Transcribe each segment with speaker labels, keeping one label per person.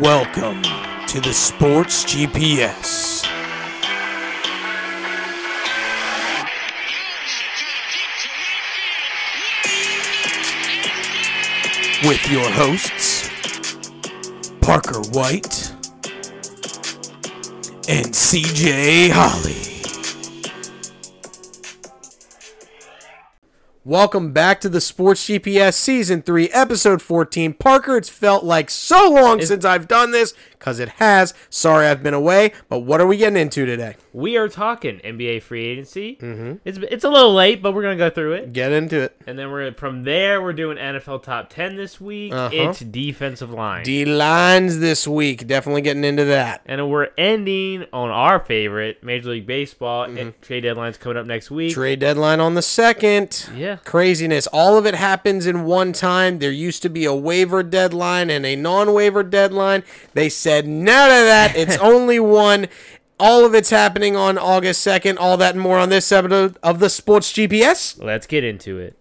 Speaker 1: Welcome to the Sports GPS. With your hosts, Parker White and CJ Holly. Welcome back to the Sports GPS Season 3, Episode 14. Parker, it's felt like so long since I've done this, because it has. Sorry I've been away, but what are we getting into today?
Speaker 2: We are talking NBA free agency. Mm-hmm. It's it's a little late, but we're gonna go through it,
Speaker 1: Get into it.
Speaker 2: and then we're from there. We're doing NFL top ten this week.
Speaker 1: Uh-huh.
Speaker 2: It's defensive line,
Speaker 1: D lines this week. Definitely getting into that.
Speaker 2: and we're ending on our favorite Major League Baseball. And trade deadline's coming up next week.
Speaker 1: Mm-hmm. Trade deadline on the second.
Speaker 2: Yeah.
Speaker 1: Craziness. All of it happens in one time. There used to be a waiver deadline and a non waiver deadline. They said none of that. It's only one. All of it's happening on August 2nd. All that and more on this episode of the Sports GPS.
Speaker 2: Let's get into it.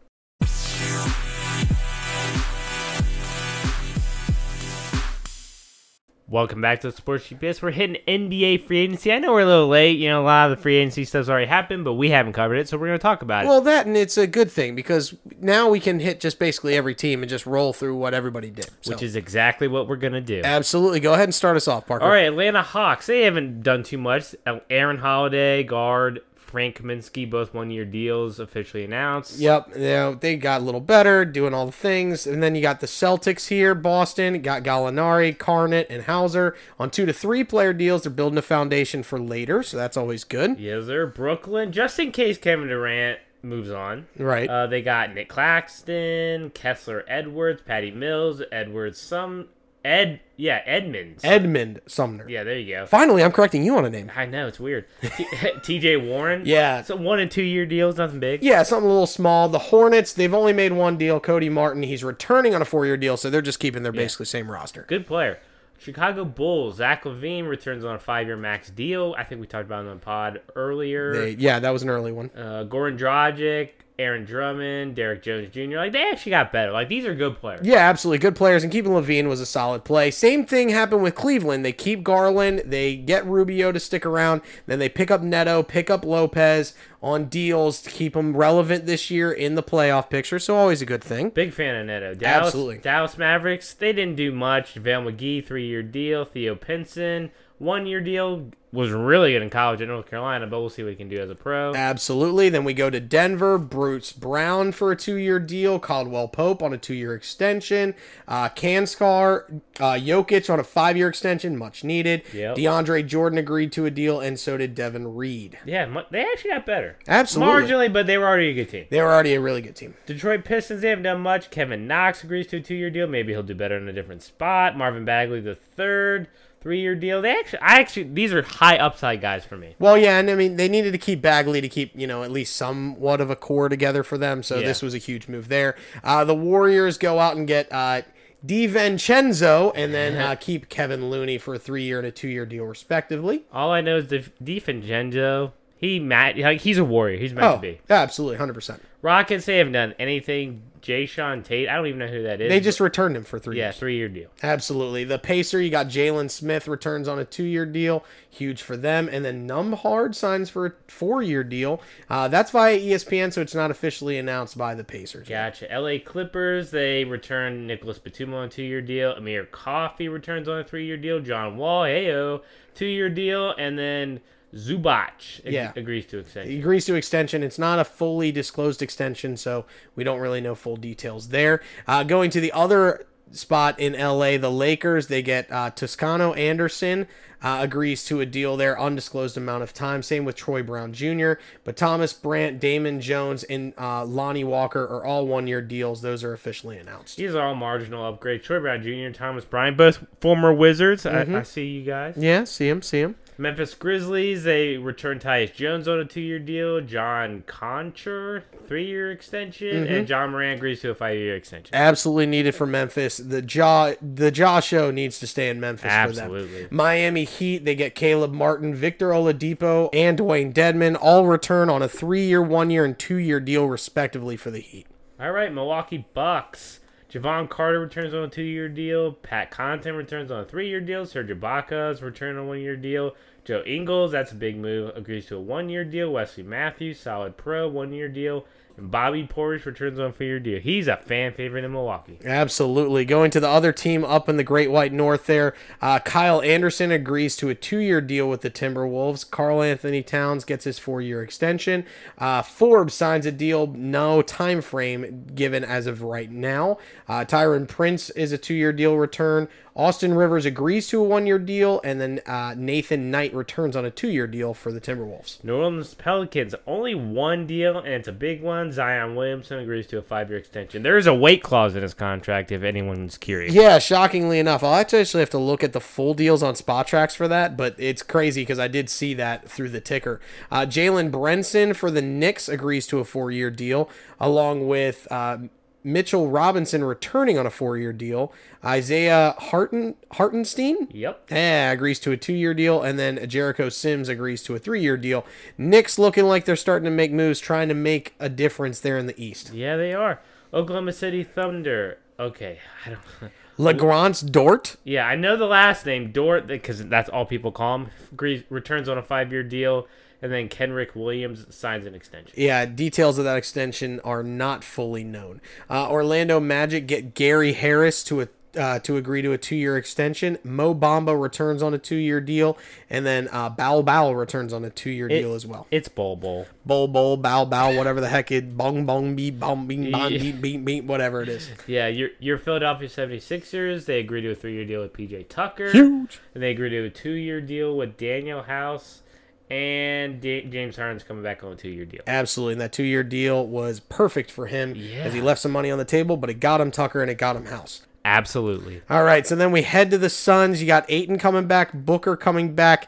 Speaker 2: Welcome back to the Sports GPS. We're hitting NBA free agency. I know we're a little late. You know, a lot of the free agency stuff's already happened, but we haven't covered it, so we're going to talk about it.
Speaker 1: Well, that and it's a good thing because now we can hit just basically every team and just roll through what everybody did. So,
Speaker 2: which is exactly what we're gonna do.
Speaker 1: absolutely. Go ahead and start us off, Parker.
Speaker 2: All right, Atlanta Hawks. They haven't done too much. Uh, Aaron Holiday, guard Frank Kaminsky, both one-year deals officially announced.
Speaker 1: Yep, you know, they got a little better, doing all the things, and then you got the Celtics here, Boston got Gallinari, Carnett, and Hauser on two to three player deals. They're building a foundation for later, so that's always good.
Speaker 2: Yes, sir. Brooklyn, just in case Kevin Durant moves on.
Speaker 1: Right.
Speaker 2: Uh, they got Nick Claxton, Kessler Edwards, Patty Mills, Edwards, some Ed, yeah, Edmonds.
Speaker 1: Edmund Sumner.
Speaker 2: yeah, there you go.
Speaker 1: Finally, I'm correcting you on a name.
Speaker 2: I know it's weird. T- T.J. Warren.
Speaker 1: Yeah.
Speaker 2: so one and two year deals, nothing big.
Speaker 1: Yeah, something a little small. The Hornets, they've only made one deal. Cody Martin, he's returning on a four year deal, so they're just keeping their basically same roster.
Speaker 2: Good player. Chicago Bulls, Zach Levine returns on a five year max deal. I think we talked about it on the pod earlier.
Speaker 1: They- yeah, that was an early one.
Speaker 2: uh, Goran Dragic, Aaron Drummond, Derek Jones Jr. Like, they actually got better. Like, these are good players.
Speaker 1: Yeah, absolutely. Good players, and keeping Levine was a solid play. Same thing happened with Cleveland. They keep Garland, they get Rubio to stick around, then they pick up Neto, pick up Lopez on deals to keep them relevant this year in the playoff picture. So always a good thing.
Speaker 2: Big fan of Neto. Dallas,
Speaker 1: Absolutely.
Speaker 2: Dallas Mavericks, they didn't do much. JaVale McGee, three year deal. Theo Pinson, one year deal. Was really good in college at North Carolina, but we'll see what he can do as a pro.
Speaker 1: Absolutely. Then we go to Denver. Bruce Brown for a two-year deal. Caldwell Pope on a two-year extension. Uh, Kanskar, uh, Jokic on a five-year extension, much needed.
Speaker 2: Yep.
Speaker 1: DeAndre Jordan agreed to a deal, and so did Devin Reed.
Speaker 2: Yeah, mu- they actually got better.
Speaker 1: Absolutely.
Speaker 2: Marginally, but they were already a good team.
Speaker 1: They were already a really good team.
Speaker 2: Detroit Pistons, they haven't done much. Kevin Knox agrees to a two year deal. Maybe he'll do better in a different spot. Marvin Bagley the third, three year deal. They actually I actually these are high upside guys for me.
Speaker 1: Well, yeah, and I mean they needed to keep Bagley to keep you know at least somewhat of a core together for them. So
Speaker 2: Yeah.
Speaker 1: this was a huge move there. Uh, the Warriors go out and get uh, DiVincenzo and then uh, keep Kevin Looney for a three-year and a two-year deal respectively.
Speaker 2: All I know is the DiFincenzo. He Matt like he's a warrior. He's meant
Speaker 1: Oh,
Speaker 2: to be.
Speaker 1: yeah, absolutely, hundred percent.
Speaker 2: Rockets, they haven't done anything. Jay Sean Tate, I don't even know who that is.
Speaker 1: They just returned him for three.
Speaker 2: Yeah,
Speaker 1: years.
Speaker 2: three year deal.
Speaker 1: absolutely. The Pacer, you got Jalen Smith returns on a two-year deal, huge for them, and then Numhard signs for a four-year deal. Uh, that's via ESPN, so it's not officially announced by the Pacers.
Speaker 2: Gotcha. LA Clippers, they return Nicholas Batum on a two year deal. Amir Coffey returns on a three year deal. John Wall, heyo, two year deal. And then Zubac ag-
Speaker 1: Yeah.
Speaker 2: agrees to
Speaker 1: He
Speaker 2: extension.
Speaker 1: agrees to extension. It's not a fully disclosed extension, so we don't really know full details there. Uh, going to the other spot in LA, the Lakers, they get uh, Toscano Anderson uh, agrees to a deal there, undisclosed amount of time. Same with Troy Brown Jr., but Thomas Brandt, Damon Jones, and uh, Lonnie Walker are all one year deals. Those are officially announced.
Speaker 2: These are all marginal upgrades. Troy Brown Jr., Thomas Bryant, both former Wizards. I, I see you guys.
Speaker 1: Mm-hmm. Yeah, see him, see him.
Speaker 2: Memphis Grizzlies, they return Tyus Jones on a two year deal. John Concher, three year extension.
Speaker 1: Mm-hmm.
Speaker 2: And John Moran agrees to a five year extension.
Speaker 1: Absolutely needed for Memphis. The jaw the jaw show needs to stay in Memphis for
Speaker 2: Absolutely.
Speaker 1: them. Miami Heat, they get Caleb Martin, Victor Oladipo, and Dwayne Dedman all return on a three year, one year, and two year deal respectively for the Heat.
Speaker 2: All right, Milwaukee Bucks. Javon Carter returns on a two-year deal. Pat Content returns on a three-year deal. Serge Ibaka's return on a one-year deal. Joe Ingles, that's a big move, agrees to a one-year deal. Wesley Matthews, solid pro, one-year deal. And Bobby Portis returns on a three-year deal. He's a fan favorite in Milwaukee.
Speaker 1: Absolutely. Going to the other team up in the Great White North there, uh, Kyle Anderson agrees to a two year deal with the Timberwolves. Carl Anthony Towns gets his four year extension. Uh, Forbes signs a deal, no time frame given as of right now. Uh, Tyron Prince is a two year deal return. Austin Rivers agrees to a one year deal, and then uh, Nathan Knight returns on a two year deal for the Timberwolves.
Speaker 2: New Orleans Pelicans, only one deal, and it's a big one. Zion Williamson agrees to a five year extension. There is a weight clause in his contract if anyone's curious.
Speaker 1: Yeah, shockingly enough, I'll actually have to look at the full deals on spot tracks for that, but it's crazy because I did see that through the ticker. Uh, Jalen Brenson for the Knicks agrees to a four year deal, along with. Uh, Mitchell Robinson returning on a four-year deal. Isaiah Harten Hartenstein
Speaker 2: Yep.
Speaker 1: eh, agrees to a two-year deal, and then Jericho Sims agrees to a three-year deal. Knicks looking like they're starting to make moves, trying to make a difference there in the East.
Speaker 2: Yeah, they are. Oklahoma City Thunder. Okay, I don't.
Speaker 1: Legrance Dort
Speaker 2: Yeah, I know the last name Dort because that's all people call him. Gre- Returns on a five-year deal, and then Kenrick Williams signs an extension.
Speaker 1: Yeah, details of that extension are not fully known. Uh, Orlando Magic get Gary Harris to a uh, to agree to a two-year extension. Mo Bamba returns on a two-year deal, and then uh, Bow Bow returns on a two-year deal as well.
Speaker 2: It's Bol Bol.
Speaker 1: Bowl Bowl Bow Bow, whatever the heck it, bong bong bee bong bing bong beep beep beep, whatever it is.
Speaker 2: Yeah, your your Philadelphia 76ers, they agree to a three-year deal with PJ Tucker.
Speaker 1: Huge.
Speaker 2: And they agree to a two-year deal with Daniel House, and Da- James Harden's coming back on a two-year deal.
Speaker 1: Absolutely, and that two-year deal was perfect for him
Speaker 2: Yeah.
Speaker 1: as he left some money on the table, but it got him Tucker and it got him House.
Speaker 2: Absolutely.
Speaker 1: All right, so then we head to the Suns. You got Aiton coming back, Booker coming back,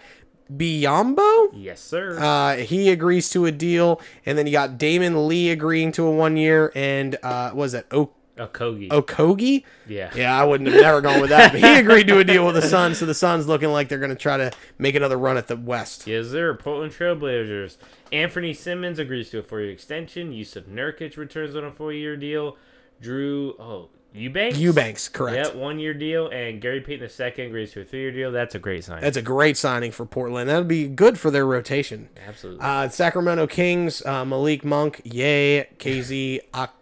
Speaker 1: Biombo.
Speaker 2: Yes, sir.
Speaker 1: Uh, he agrees to a deal, and then you got Damon Lee agreeing to a one year, and uh, what was that o-
Speaker 2: a Kogi.
Speaker 1: Okogie?
Speaker 2: yeah.
Speaker 1: Yeah, I wouldn't have never gone with that. But he agreed to a deal with the Suns, so the Suns looking like they're going to try to make another run at the West.
Speaker 2: Yes, sir. Portland Trailblazers. Anthony Simmons agrees to a four-year extension. Yusuf Nurkic returns on a four-year deal. Drew, oh, Eubanks?
Speaker 1: Eubanks, correct.
Speaker 2: Yep, one-year deal. And Gary Payton II agrees to a three-year deal. That's a great sign.
Speaker 1: That's a great signing for Portland. That'd be good for their rotation.
Speaker 2: Absolutely.
Speaker 1: Uh, Sacramento Kings, uh, Malik Monk, yay, KZ Ak-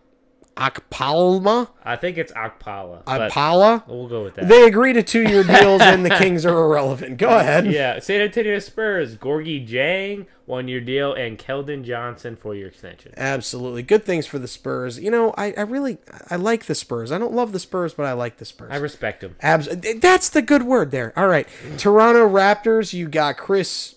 Speaker 1: Akpalma,
Speaker 2: I think it's Akpala. but
Speaker 1: Akpala.
Speaker 2: We'll go with that.
Speaker 1: They agree to two year deals and the Kings are irrelevant. Go ahead.
Speaker 2: yeah, San Antonio Spurs, Gorgie Jang, one year deal, and Keldon Johnson, four year extension.
Speaker 1: Absolutely. Good things for the Spurs. You know, I, I really I like the Spurs. I don't love the Spurs, but I like the Spurs.
Speaker 2: I respect him.
Speaker 1: Abs- that's the good word there. All right. Toronto Raptors, you got Chris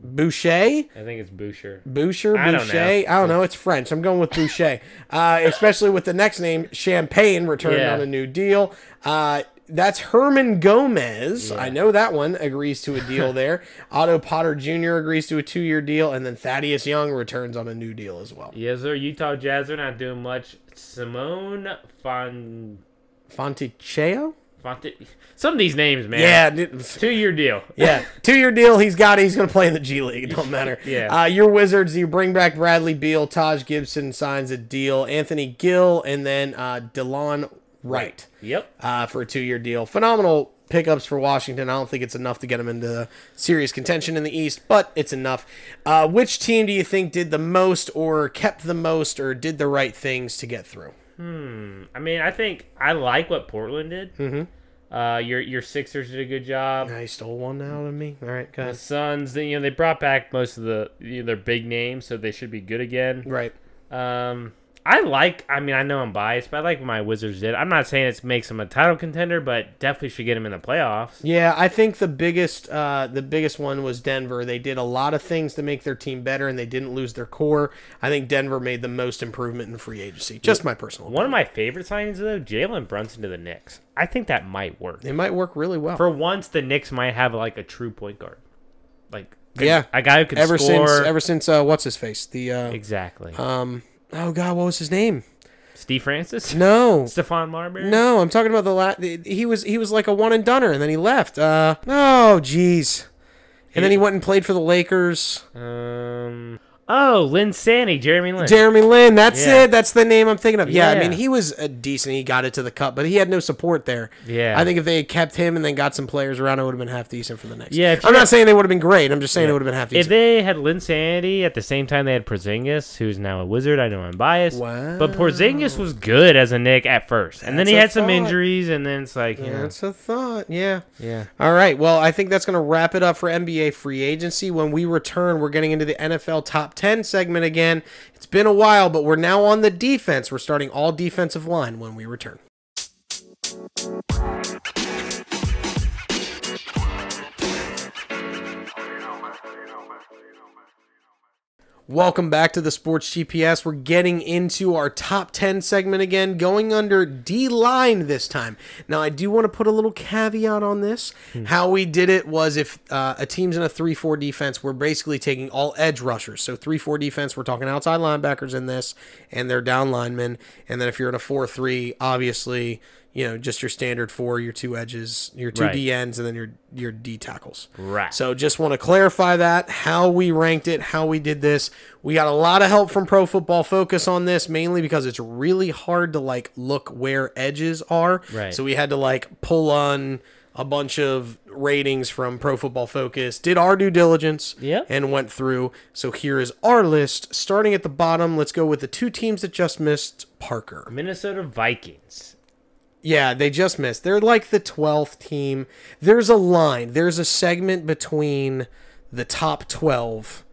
Speaker 1: Boucher.
Speaker 2: I think it's Boucher.
Speaker 1: Boucher,
Speaker 2: I don't
Speaker 1: Boucher. I don't know. It's French. I'm going with Boucher, uh, especially with the next name, Champagne, returned
Speaker 2: Yeah.
Speaker 1: on a new deal. Uh, that's Herman Gomez. I know that one agrees to a deal there. Otto Potter Jr. agrees to a two year deal, and then Thaddeus Young returns on a new deal as well.
Speaker 2: Yes, sir. Utah Jazz are not doing much. Simone Fon.
Speaker 1: Fonticheo?
Speaker 2: Fonte- Some of these names, man.
Speaker 1: Yeah. d-
Speaker 2: Two year deal.
Speaker 1: Yeah, two year deal. He's got it. He's going to play in the G League. It don't matter.
Speaker 2: Yeah.
Speaker 1: Uh, your Wizards, you bring back Bradley Beal. Taj Gibson signs a deal. Anthony Gill and then uh, DeLon Wright
Speaker 2: Yep.
Speaker 1: uh, for a two year deal. Phenomenal pickups for Washington. I don't think it's enough to get them into serious contention in the East, but it's enough. Uh, which team do you think did the most or kept the most or did the right things to get through?
Speaker 2: I mean, I think I like what Portland did. Mm-hmm. Uh, your your Sixers did a good job.
Speaker 1: I stole one out of me. All right,
Speaker 2: The
Speaker 1: guys.
Speaker 2: Suns, they, you know, they brought back most of the you know, their big names, so they should be good again.
Speaker 1: Right.
Speaker 2: Um, I like. I mean, I know I'm biased, but I like what my Wizards did. I'm not saying it makes them a title contender, but definitely should get them in the playoffs.
Speaker 1: Yeah, I think the biggest uh, the biggest one was Denver. They did a lot of things to make their team better, and they didn't lose their core. I think Denver made the most improvement in free agency. Just my personal.
Speaker 2: One
Speaker 1: One,
Speaker 2: of my favorite signings, though, Jalen Brunson to the Knicks. I think that might work.
Speaker 1: it might work really well.
Speaker 2: For once, the Knicks might have like a true point guard, like a-
Speaker 1: Yeah.
Speaker 2: a guy who can
Speaker 1: ever
Speaker 2: score.
Speaker 1: since ever since uh, what's his face the uh,
Speaker 2: exactly.
Speaker 1: um oh god what was his name?
Speaker 2: Steve Francis,
Speaker 1: No,
Speaker 2: Stephon Marbury.
Speaker 1: no, I'm talking about the last. He was he was like a one and dunner, and then he left. Uh, oh jeez. And then he went and played for the Lakers.
Speaker 2: Um. Oh, Lynn Sandy, Jeremy Lynn.
Speaker 1: Jeremy Lin. That's
Speaker 2: Yeah.
Speaker 1: it. That's the name I'm thinking of. Yeah, I mean,
Speaker 2: Yeah.
Speaker 1: he was uh, decent. He got it to the cup, but he had no support there.
Speaker 2: Yeah.
Speaker 1: I think if they had kept him and then got some players around, it would have been half decent for the next.
Speaker 2: Yeah, if
Speaker 1: I'm
Speaker 2: you're-
Speaker 1: not saying they would have been great. I'm just saying it would have been half
Speaker 2: if
Speaker 1: decent.
Speaker 2: they had Lynn Sandy at the same time they had Porzingis, who's now a wizard, I know I'm biased. But Porzingis was good as a Nick at first. And then
Speaker 1: That's
Speaker 2: he
Speaker 1: a
Speaker 2: had some
Speaker 1: thought.
Speaker 2: injuries and then it's like, you know.
Speaker 1: That's a thought. Yeah.
Speaker 2: Yeah.
Speaker 1: All right. Well, I think that's going to wrap it up for NBA free agency. When we return, we're getting into the NFL top 10 segment again. It's been a while, but we're now on the defense. We're starting all defensive line when we return. Welcome back to the Sports GPS. We're getting into our top 10 segment again, going under D line this time. Now, I do want to put a little caveat on this.
Speaker 2: Hmm.
Speaker 1: How we did it was if uh, a team's in a 3 4 defense, we're basically taking all edge rushers. So, 3 4 defense, we're talking outside linebackers in this, and they're down linemen. And then if you're in a 4 3, obviously, you know, just your standard four, your two edges, your two
Speaker 2: Right.
Speaker 1: D ends, and then your, your D tackles.
Speaker 2: Right.
Speaker 1: So just want to clarify that how we ranked it, how we did this. We got a lot of help from Pro Football Focus on this, mainly because it's really hard to like look where edges are.
Speaker 2: Right.
Speaker 1: So we had to like pull on a bunch of ratings from Pro Football Focus, did our due diligence,
Speaker 2: Yep.
Speaker 1: and went through. So here is our list. Starting at the bottom, let's go with the two teams that just missed Parker.
Speaker 2: Minnesota Vikings.
Speaker 1: Yeah, they just missed. They're like the 12th team. There's a line, there's a segment between the top 12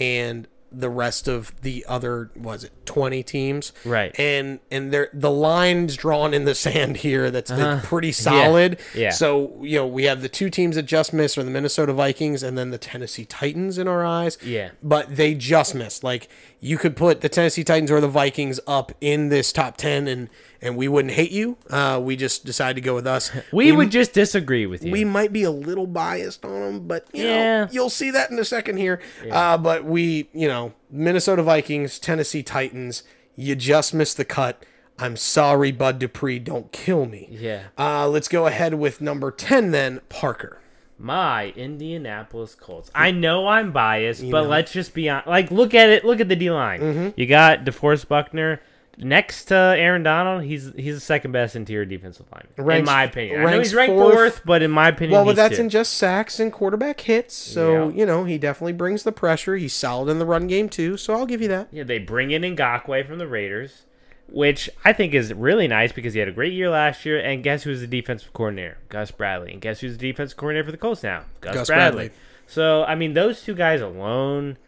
Speaker 1: and the rest of the other was it 20 teams
Speaker 2: Right.
Speaker 1: and and there the lines drawn in the sand here that's been pretty solid
Speaker 2: Uh-huh. Yeah.
Speaker 1: so you know we have the two teams that just missed are the minnesota vikings and then the tennessee titans in our eyes
Speaker 2: Yeah.
Speaker 1: but they just missed. Like you could put the Tennessee Titans or the Vikings up in this top ten, and and we wouldn't hate you. Uh, we just decided to go with us.
Speaker 2: We, would just disagree with you.
Speaker 1: We might be a little biased on them, but you
Speaker 2: Yeah.
Speaker 1: know, you'll see that in a second here. Uh, but we, you know, Minnesota Vikings, Tennessee Titans, you just missed the cut. I'm sorry, Bud Dupree. Don't kill me.
Speaker 2: yeah.
Speaker 1: Uh, let's go ahead with number ten then, Parker.
Speaker 2: My Indianapolis Colts. I know I'm biased, but let's just be on. Like, look at it. Look at the D line.
Speaker 1: Mm-hmm.
Speaker 2: You got DeForest Buckner next to Aaron Donald. He's he's the second best interior defensive lineman, in
Speaker 1: Ranks-
Speaker 2: my opinion. I know
Speaker 1: ranks
Speaker 2: he's ranked
Speaker 1: fourth.
Speaker 2: fourth, but in my opinion,
Speaker 1: Well, but
Speaker 2: he's
Speaker 1: that's
Speaker 2: two.
Speaker 1: in just sacks and quarterback hits. So,
Speaker 2: Yeah.
Speaker 1: you know, he definitely brings the pressure. He's solid in the run game, too. So I'll give you that.
Speaker 2: Yeah, they bring in Ngakwe from the Raiders, which I think is really nice because he had a great year last year. And guess who's the defensive coordinator? Gus Bradley. And guess who's the defensive coordinator for the Colts now? Gus,
Speaker 1: Gus
Speaker 2: Bradley.
Speaker 1: Bradley. Hmm?
Speaker 2: So I mean, those two guys alone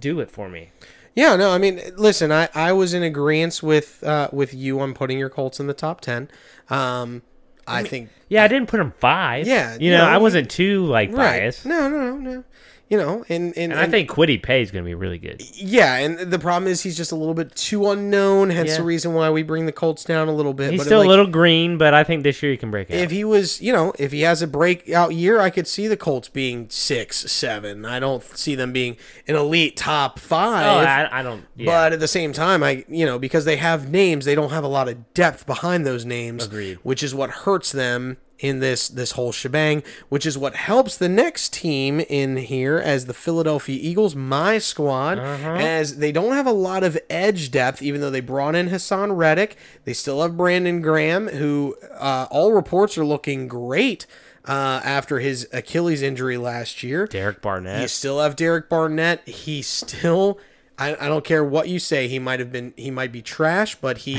Speaker 2: do it for me.
Speaker 1: Yeah, no, I mean, listen, I, I was in agreement with uh, with you on putting your Colts in the top 10. Um, I, think.
Speaker 2: Yeah, I didn't put him five.
Speaker 1: Yeah,
Speaker 2: you
Speaker 1: you
Speaker 2: know,
Speaker 1: know,
Speaker 2: I
Speaker 1: you-
Speaker 2: wasn't too like biased.
Speaker 1: Right. No, no, no, no. You know, and, and,
Speaker 2: And I think Quiddy Pay is going to be really good.
Speaker 1: yeah, and the problem is he's just a little bit too unknown, hence
Speaker 2: Yeah.
Speaker 1: the reason why we bring the Colts down a little bit.
Speaker 2: He's
Speaker 1: but
Speaker 2: still
Speaker 1: like,
Speaker 2: a little green, but I think this year he can break out.
Speaker 1: If he was, you know, if he has a breakout year, I could see the Colts being six, seven. I don't see them being an elite top
Speaker 2: oh,
Speaker 1: five.
Speaker 2: I, I don't. Yeah.
Speaker 1: But at the same time, I you know because they have names, they don't have a lot of depth behind those names,
Speaker 2: Agreed.
Speaker 1: which is what hurts them in this this whole shebang. Which is what helps the next team in here as the Philadelphia Eagles, my squad,
Speaker 2: Uh-huh.
Speaker 1: as they don't have a lot of edge depth, even though they brought in Hassan Reddick. They still have Brandon Graham, who uh, all reports are looking great uh, after his Achilles injury last year.
Speaker 2: Derek Barnett.
Speaker 1: You still have Derek Barnett. He still. I, I don't care what you say. He might have been. He might be trash, but he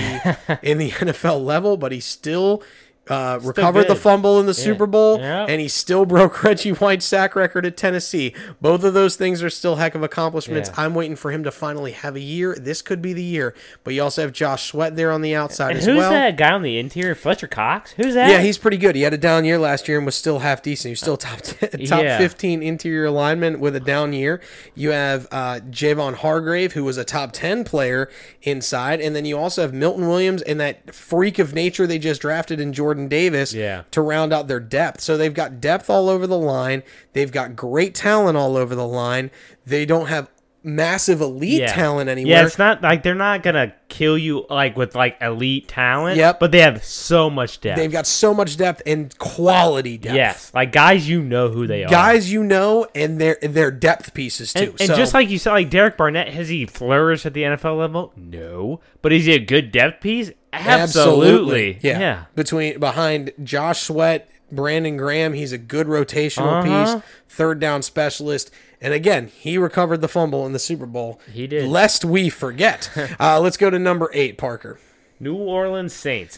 Speaker 1: in the NFL level. But he still. Uh, recovered the
Speaker 2: good.
Speaker 1: fumble in the Super Bowl,
Speaker 2: Yeah.
Speaker 1: and he still broke Reggie White's sack record at Tennessee. Both of those things are still heck of accomplishments.
Speaker 2: Yeah.
Speaker 1: I'm waiting for him to finally have a year. This could be the year, but you also have Josh Sweat there on the outside
Speaker 2: And
Speaker 1: as
Speaker 2: who's
Speaker 1: well.
Speaker 2: that guy on the interior? Fletcher Cox. Who's that?
Speaker 1: Yeah, he's pretty good. He had a down year last year and was still half decent. He was still top 10, top
Speaker 2: Yeah.
Speaker 1: fifteen interior lineman with a down year. You have uh, Javon Hargrave, who was a top ten player inside, and then you also have Milton Williams and that freak of nature they just drafted in Jordan Davis
Speaker 2: Yeah.
Speaker 1: to round out their depth. So they've got depth all over the line. They've got great talent all over the line. They don't have massive elite
Speaker 2: Yeah.
Speaker 1: talent anywhere.
Speaker 2: Yeah, it's not like they're not gonna kill you like with like elite talent.
Speaker 1: Yep.
Speaker 2: But they have so much depth.
Speaker 1: They've got so much depth and quality depth.
Speaker 2: Yes, like guys, you know who they are.
Speaker 1: Guys you know and their their depth pieces too.
Speaker 2: Uh, and, and
Speaker 1: so
Speaker 2: just like you said, like Derek Barnett, has he flourished at the NFL level? No, but is he a good depth piece? Absolutely.
Speaker 1: Yeah.
Speaker 2: yeah.
Speaker 1: Between behind Josh Sweat, Brandon Graham, he's a good rotational
Speaker 2: Uh-huh.
Speaker 1: piece, third down specialist. And again, he recovered the fumble in the Super Bowl.
Speaker 2: He did.
Speaker 1: Lest we forget. uh, let's go to number eight, Parker.
Speaker 2: New Orleans Saints,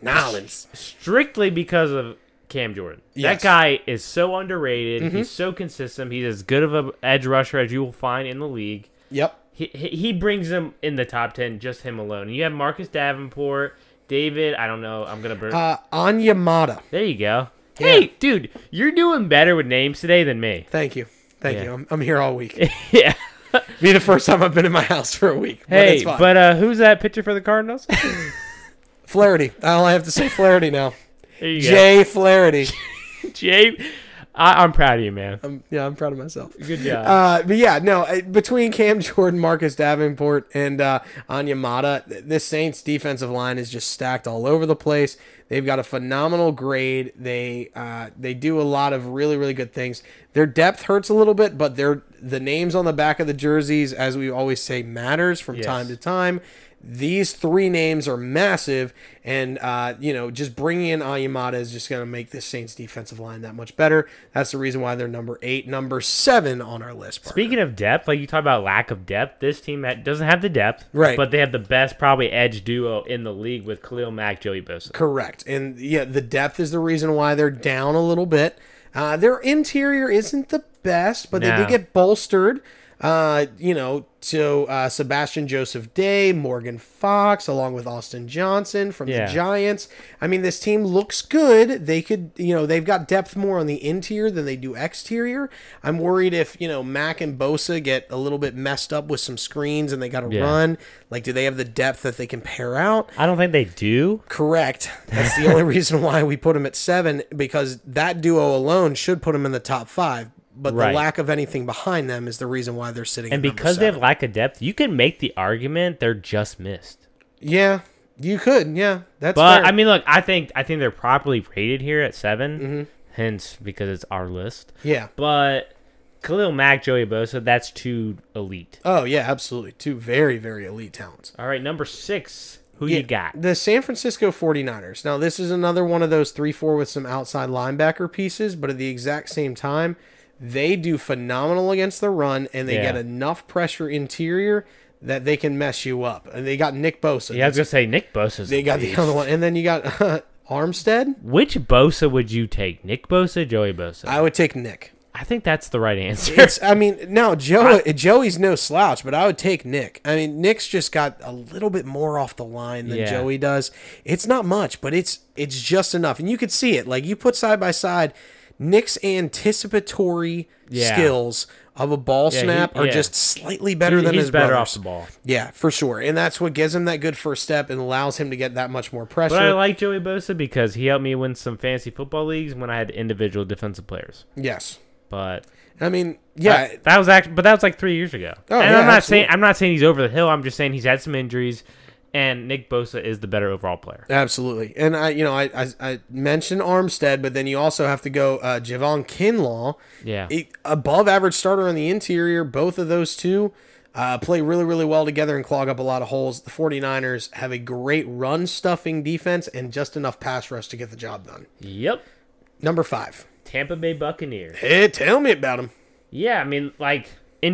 Speaker 1: Nolens.
Speaker 2: strictly because of Cam Jordan.
Speaker 1: Yes. Mm-hmm.
Speaker 2: That guy is so underrated. He's so consistent. He's as good of an edge rusher as you will find in the league.
Speaker 1: Yep.
Speaker 2: he, he he brings them in the top 10 just him alone you have marcus davenport david i don't know i'm gonna burn
Speaker 1: Uh, Anya Mata.
Speaker 2: there you go hey dude you're doing better with names today than me
Speaker 1: Thank you. Thank
Speaker 2: Yeah.
Speaker 1: you. I'm, I'm here all week.
Speaker 2: yeah
Speaker 1: Be the first time I've been in my house for a week. but
Speaker 2: hey
Speaker 1: it's fine.
Speaker 2: but uh who's that pitcher for the cardinals
Speaker 1: Flaherty. All I have to say, Flaherty now.
Speaker 2: there you
Speaker 1: Jay Flaherty.
Speaker 2: go jay I, i'm proud of you man
Speaker 1: I'm, yeah, I'm proud of myself.
Speaker 2: good job
Speaker 1: Uh, but yeah, no, uh, between Cam Jordan, Marcus Davenport, and uh, Anya Mata, th- this Saints defensive line is just stacked all over the place. They've got a phenomenal grade. They uh, they do a lot of really really good things. Their depth hurts a little bit, but they're the names on the back of the jerseys, as we always say, matters from
Speaker 2: Yes.
Speaker 1: time to time. These three names are massive, and uh, you know, just bringing in Ayamada is just going to make this Saints defensive line that much better. That's the reason why they're number eight, number seven on our list. Parker.
Speaker 2: Speaking of depth, like you talk about lack of depth, this team ha- doesn't have the depth,
Speaker 1: Right.
Speaker 2: But they have the best probably edge duo in the league with Khalil Mack, Joey Bosa.
Speaker 1: Correct, and yeah, the depth is the reason why they're down a little bit. Uh, their interior isn't the best, but they
Speaker 2: No.
Speaker 1: did get bolstered. Uh, you know, to uh, Sebastian Joseph Day, Morgan Fox, along with Austin Johnson from
Speaker 2: Yeah.
Speaker 1: the Giants. I mean, this team looks good. They could, you know, they've got depth more on the interior than they do exterior. I'm worried if you know Mac and Bosa get a little bit messed up with some screens and they got to
Speaker 2: Yeah.
Speaker 1: run. Like, do they have the depth that they can pair out?
Speaker 2: I don't think they do.
Speaker 1: Correct. That's the only reason why we put him at seven because that duo alone should put him in the top five. But
Speaker 2: Right.
Speaker 1: the lack of anything behind them is the reason why they're sitting. at
Speaker 2: And
Speaker 1: number
Speaker 2: because they have
Speaker 1: seven.
Speaker 2: lack of depth, you can make the argument they're just missed.
Speaker 1: yeah, you could, yeah, that's.
Speaker 2: But
Speaker 1: fair.
Speaker 2: I mean, look, I think I think they're properly rated here at 7
Speaker 1: Mm-hmm.
Speaker 2: hence because it's our list.
Speaker 1: yeah.
Speaker 2: But Khalil Mack, Joey Bosa, that's too elite.
Speaker 1: Oh yeah, absolutely. Two very very elite talents.
Speaker 2: All right, number six, who
Speaker 1: Yeah,
Speaker 2: you got?
Speaker 1: The San Francisco 49ers. Now, this is another one of those 3 4 with some outside linebacker pieces, but at the exact same time, they do phenomenal against the run and they
Speaker 2: Yeah.
Speaker 1: get enough pressure interior that they can mess you up. And they got Nick Bosa.
Speaker 2: Yeah, I was gonna say Nick Bosa.
Speaker 1: They got the other one, and then you got Armstead.
Speaker 2: Which Bosa would you take, Nick Bosa, Joey Bosa? I,
Speaker 1: I would take Nick.
Speaker 2: think that's the right answer.
Speaker 1: It's, I mean, no, Joe, uh, Joey's no slouch, but I would take Nick. I mean, Nick's just got a little bit more off the line than
Speaker 2: Yeah.
Speaker 1: Joey does. It's not much, but it's it's just enough, and you could see it. Like you put side by side, Nick's anticipatory
Speaker 2: Yeah.
Speaker 1: skills of a ball
Speaker 2: he-
Speaker 1: snap are
Speaker 2: yeah.
Speaker 1: just slightly better than
Speaker 2: He's
Speaker 1: his
Speaker 2: better
Speaker 1: brothers.
Speaker 2: off the ball.
Speaker 1: Yeah, for sure, and that's what gives him that good first step and allows him to get that much more pressure.
Speaker 2: But I like Joey Bosa because he helped me win some fantasy football leagues when I had individual defensive players.
Speaker 1: yes,
Speaker 2: But
Speaker 1: I mean, yeah,
Speaker 2: That, that was actually, but that was like three years ago.
Speaker 1: Oh,
Speaker 2: and
Speaker 1: yeah,
Speaker 2: I'm not
Speaker 1: absolutely.
Speaker 2: saying I'm not saying he's over the hill. I'm just saying he's had some injuries, and Nick Bosa is the better overall player.
Speaker 1: Absolutely, and I, you know, I, I, I mentioned Armstead, but then you also have to go uh, Javon Kinlaw,
Speaker 2: Yeah,
Speaker 1: a- above average starter on the interior. Both of those two uh, play really, really well together and clog up a lot of holes. The 49ers have a great run stuffing defense and just enough pass rush to get the job done.
Speaker 2: yep.
Speaker 1: Number five.
Speaker 2: Tampa Bay Buccaneers.
Speaker 1: Hey, tell me about him.
Speaker 2: Yeah, I mean, like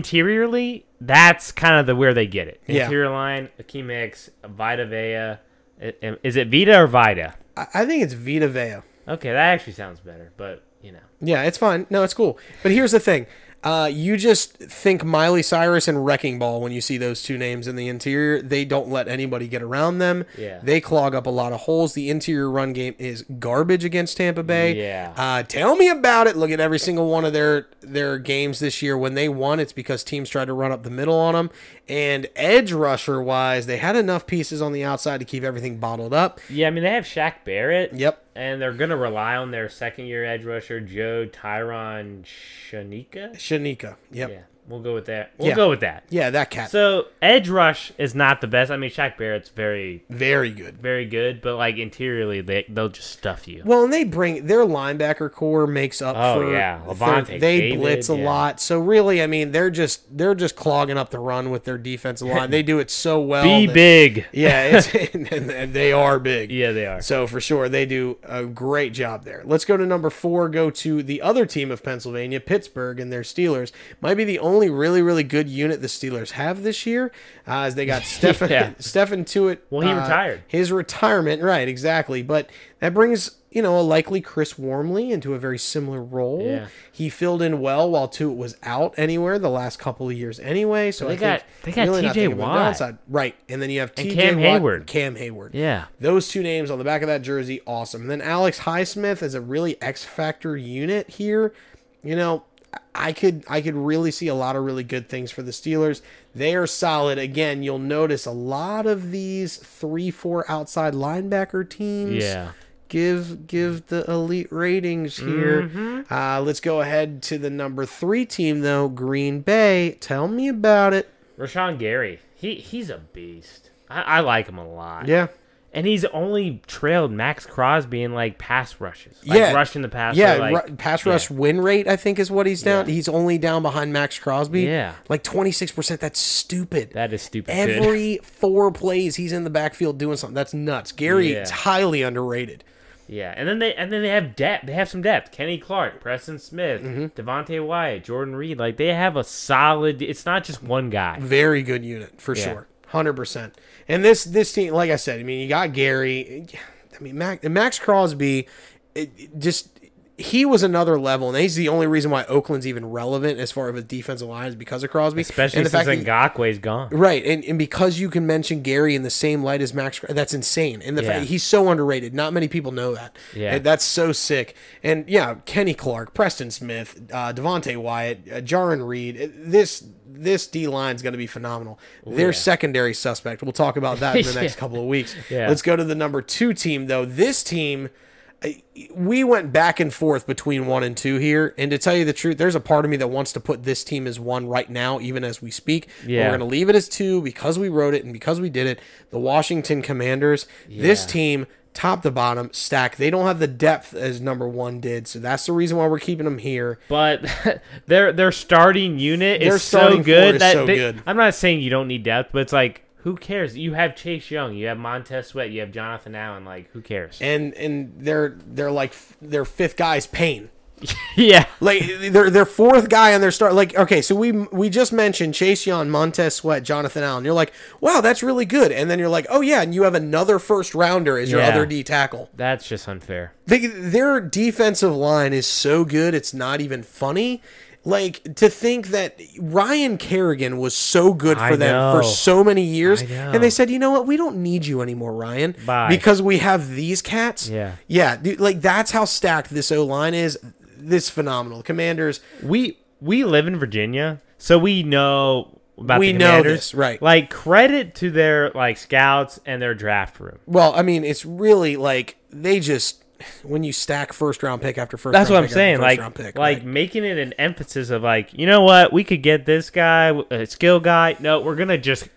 Speaker 2: interiorly, that's kind of the where they get it.
Speaker 1: Yeah.
Speaker 2: Interior line, Akeem Hicks, Vita Vea. I- I- Is it Vita or Vita?
Speaker 1: I, I think it's Vita Vea.
Speaker 2: Okay, that actually sounds better, but you know,
Speaker 1: Yeah, it's fine. No, it's cool. But here's the thing. Uh, you just think Miley Cyrus and Wrecking Ball when you see those two names in the interior. They don't let anybody get around them.
Speaker 2: Yeah.
Speaker 1: They clog up a lot of holes. The interior run game is garbage against Tampa Bay.
Speaker 2: Yeah.
Speaker 1: Uh, tell me about it. Look at every single one of their their games this year. When they won, it's because teams tried to run up the middle on them. And edge rusher wise, they had enough pieces on the outside to keep everything bottled up.
Speaker 2: yeah. I mean, they have Shaq Barrett.
Speaker 1: Yep.
Speaker 2: And they're gonna rely on their second year edge rusher Joe Tyron Shanika.
Speaker 1: Shanika. Yep.
Speaker 2: Yeah. We'll go with that. We'll
Speaker 1: Yeah.
Speaker 2: go with that.
Speaker 1: Yeah, that cat.
Speaker 2: So edge rush is not the best. I mean, Shaq Barrett's very,
Speaker 1: very good.
Speaker 2: very good, but like interiorly, they they'll just stuff you.
Speaker 1: Well, and they bring their linebacker core makes up
Speaker 2: Oh,
Speaker 1: for
Speaker 2: yeah.
Speaker 1: for-
Speaker 2: Levante
Speaker 1: they
Speaker 2: David,
Speaker 1: blitz a
Speaker 2: yeah.
Speaker 1: lot. So really, I mean, they're just they're just clogging up the run with their defensive line. they do it so well.
Speaker 2: Be
Speaker 1: that-
Speaker 2: big.
Speaker 1: Yeah, it's, and, and they are big.
Speaker 2: Yeah, they are.
Speaker 1: So for sure, they do a great job there. Let's go to number four. Go to the other team of Pennsylvania, Pittsburgh, and their Steelers. Might be the only really, really good unit the Steelers have this year, uh, as they got Stefan
Speaker 2: Yeah.
Speaker 1: Stefan Tuitt.
Speaker 2: Well, he
Speaker 1: uh,
Speaker 2: retired.
Speaker 1: His retirement, right? Exactly. But that brings you know a likely Chris Wormley into a very similar role.
Speaker 2: Yeah.
Speaker 1: He filled in well while Tuitt was out anywhere the last couple of years anyway. So
Speaker 2: They
Speaker 1: I
Speaker 2: got-
Speaker 1: think
Speaker 2: they got
Speaker 1: really not
Speaker 2: TJ
Speaker 1: thinking about the
Speaker 2: Watt.
Speaker 1: downside. Uh, right? And then you have TJ
Speaker 2: Cam
Speaker 1: Watt,
Speaker 2: Hayward.
Speaker 1: Cam Hayward.
Speaker 2: Yeah.
Speaker 1: Those two names on the back of that jersey, awesome. And then Alex Highsmith is a really X factor unit here. You know, I could I could really see a lot of really good things for the Steelers. They are solid. Again, you'll notice a lot of these three four outside linebacker teams.
Speaker 2: Yeah.
Speaker 1: Give give the elite ratings here.
Speaker 2: Mm-hmm.
Speaker 1: Uh, let's go ahead to the number three team though, Green Bay. Tell me about it.
Speaker 2: Rashawn Gary. He he's a beast. I, I like him a lot.
Speaker 1: Yeah.
Speaker 2: And he's only trailed Max Crosby in like pass rushes. Like
Speaker 1: Yeah.
Speaker 2: rushing the pass.
Speaker 1: Yeah,
Speaker 2: or, like,
Speaker 1: ru- pass rush win rate, I think, is what he's down. He's only down behind Max Crosby.
Speaker 2: Yeah.
Speaker 1: Like 26%. That's stupid.
Speaker 2: That is stupid. good.
Speaker 1: Every four plays, he's in the backfield doing something. That's nuts. Gary
Speaker 2: Yeah.
Speaker 1: is highly underrated.
Speaker 2: Yeah, and then they and then they have depth. They have some depth. Kenny Clark, Preston Smith,
Speaker 1: Mm-hmm.
Speaker 2: Devontae Wyatt, Jordan Reed. Like they have a solid. It's not just one guy.
Speaker 1: Very good unit, for sure. 100%. And this this team, like I said, I mean, you got Gary. I mean, Max, Max Crosby, it, it just. He was another level, and he's the only reason why Oakland's even relevant as far as a defensive line is because of Crosby,
Speaker 2: Especially
Speaker 1: and the
Speaker 2: since
Speaker 1: fact that
Speaker 2: Ngakwe's gone.
Speaker 1: Right, and, and because you can mention Gary in the same light as Max, Cr- that's insane. And the fa-
Speaker 2: Yeah.
Speaker 1: he's so underrated. Not many people know that.
Speaker 2: Yeah.
Speaker 1: And that's so sick. And yeah, Kenny Clark, Preston Smith, uh, Devonte Wyatt, uh, Jaron Reed. Uh, This this D line's going to be phenomenal. Their secondary suspect. We'll talk about that in the next
Speaker 2: Yeah.
Speaker 1: couple of weeks.
Speaker 2: Yeah.
Speaker 1: Let's go to the number two team though. This team we went back and forth between one and two here. And to tell you the truth, there's a part of me that wants to put this team as one right now, even as we speak. But
Speaker 2: Yeah.
Speaker 1: We're going to leave it as two because we wrote it and because we did it. The Washington Commanders, this
Speaker 2: Yeah.
Speaker 1: team, top to bottom, stack. They don't have the depth as number one did. So that's the reason why we're keeping them here.
Speaker 2: But their their starting unit
Speaker 1: Their
Speaker 2: is so
Speaker 1: starting four
Speaker 2: good
Speaker 1: is
Speaker 2: that
Speaker 1: so
Speaker 2: they-
Speaker 1: good.
Speaker 2: I'm not saying you don't need depth, but it's like who cares? You have Chase Young, you have Montez Sweat, you have Jonathan Allen. Like who cares?
Speaker 1: And and they're, they're like, f- their fifth guy's pain.
Speaker 2: yeah,
Speaker 1: Like their their fourth guy on their start. Like okay, so we we just mentioned Chase Young, Montez Sweat, Jonathan Allen. You're like, wow, that's really good. And then you're like, oh yeah, and you have another first rounder as your
Speaker 2: Yeah.
Speaker 1: other D tackle.
Speaker 2: that's just unfair.
Speaker 1: They, their defensive line is so good, it's not even funny. Like to think that Ryan Kerrigan was so good for
Speaker 2: I
Speaker 1: them for
Speaker 2: know.
Speaker 1: so many years,
Speaker 2: I know.
Speaker 1: and they said, you know what, we don't need you anymore, Ryan,
Speaker 2: Bye.
Speaker 1: because we have these cats.
Speaker 2: Yeah.
Speaker 1: yeah, dude, like that's how stacked this O line is. This phenomenal commanders.
Speaker 2: we we live in Virginia, so we know about
Speaker 1: We
Speaker 2: the
Speaker 1: know
Speaker 2: commanders.
Speaker 1: this, right.
Speaker 2: Like credit to their like scouts and their draft room.
Speaker 1: Well, I mean, it's really like they just when you stack first round pick after first.
Speaker 2: That's
Speaker 1: round
Speaker 2: what I'm
Speaker 1: pick after
Speaker 2: saying.
Speaker 1: first
Speaker 2: Like
Speaker 1: round pick,
Speaker 2: like
Speaker 1: right?
Speaker 2: making it an emphasis of like you know what we could get this guy a skill guy. No, we're gonna just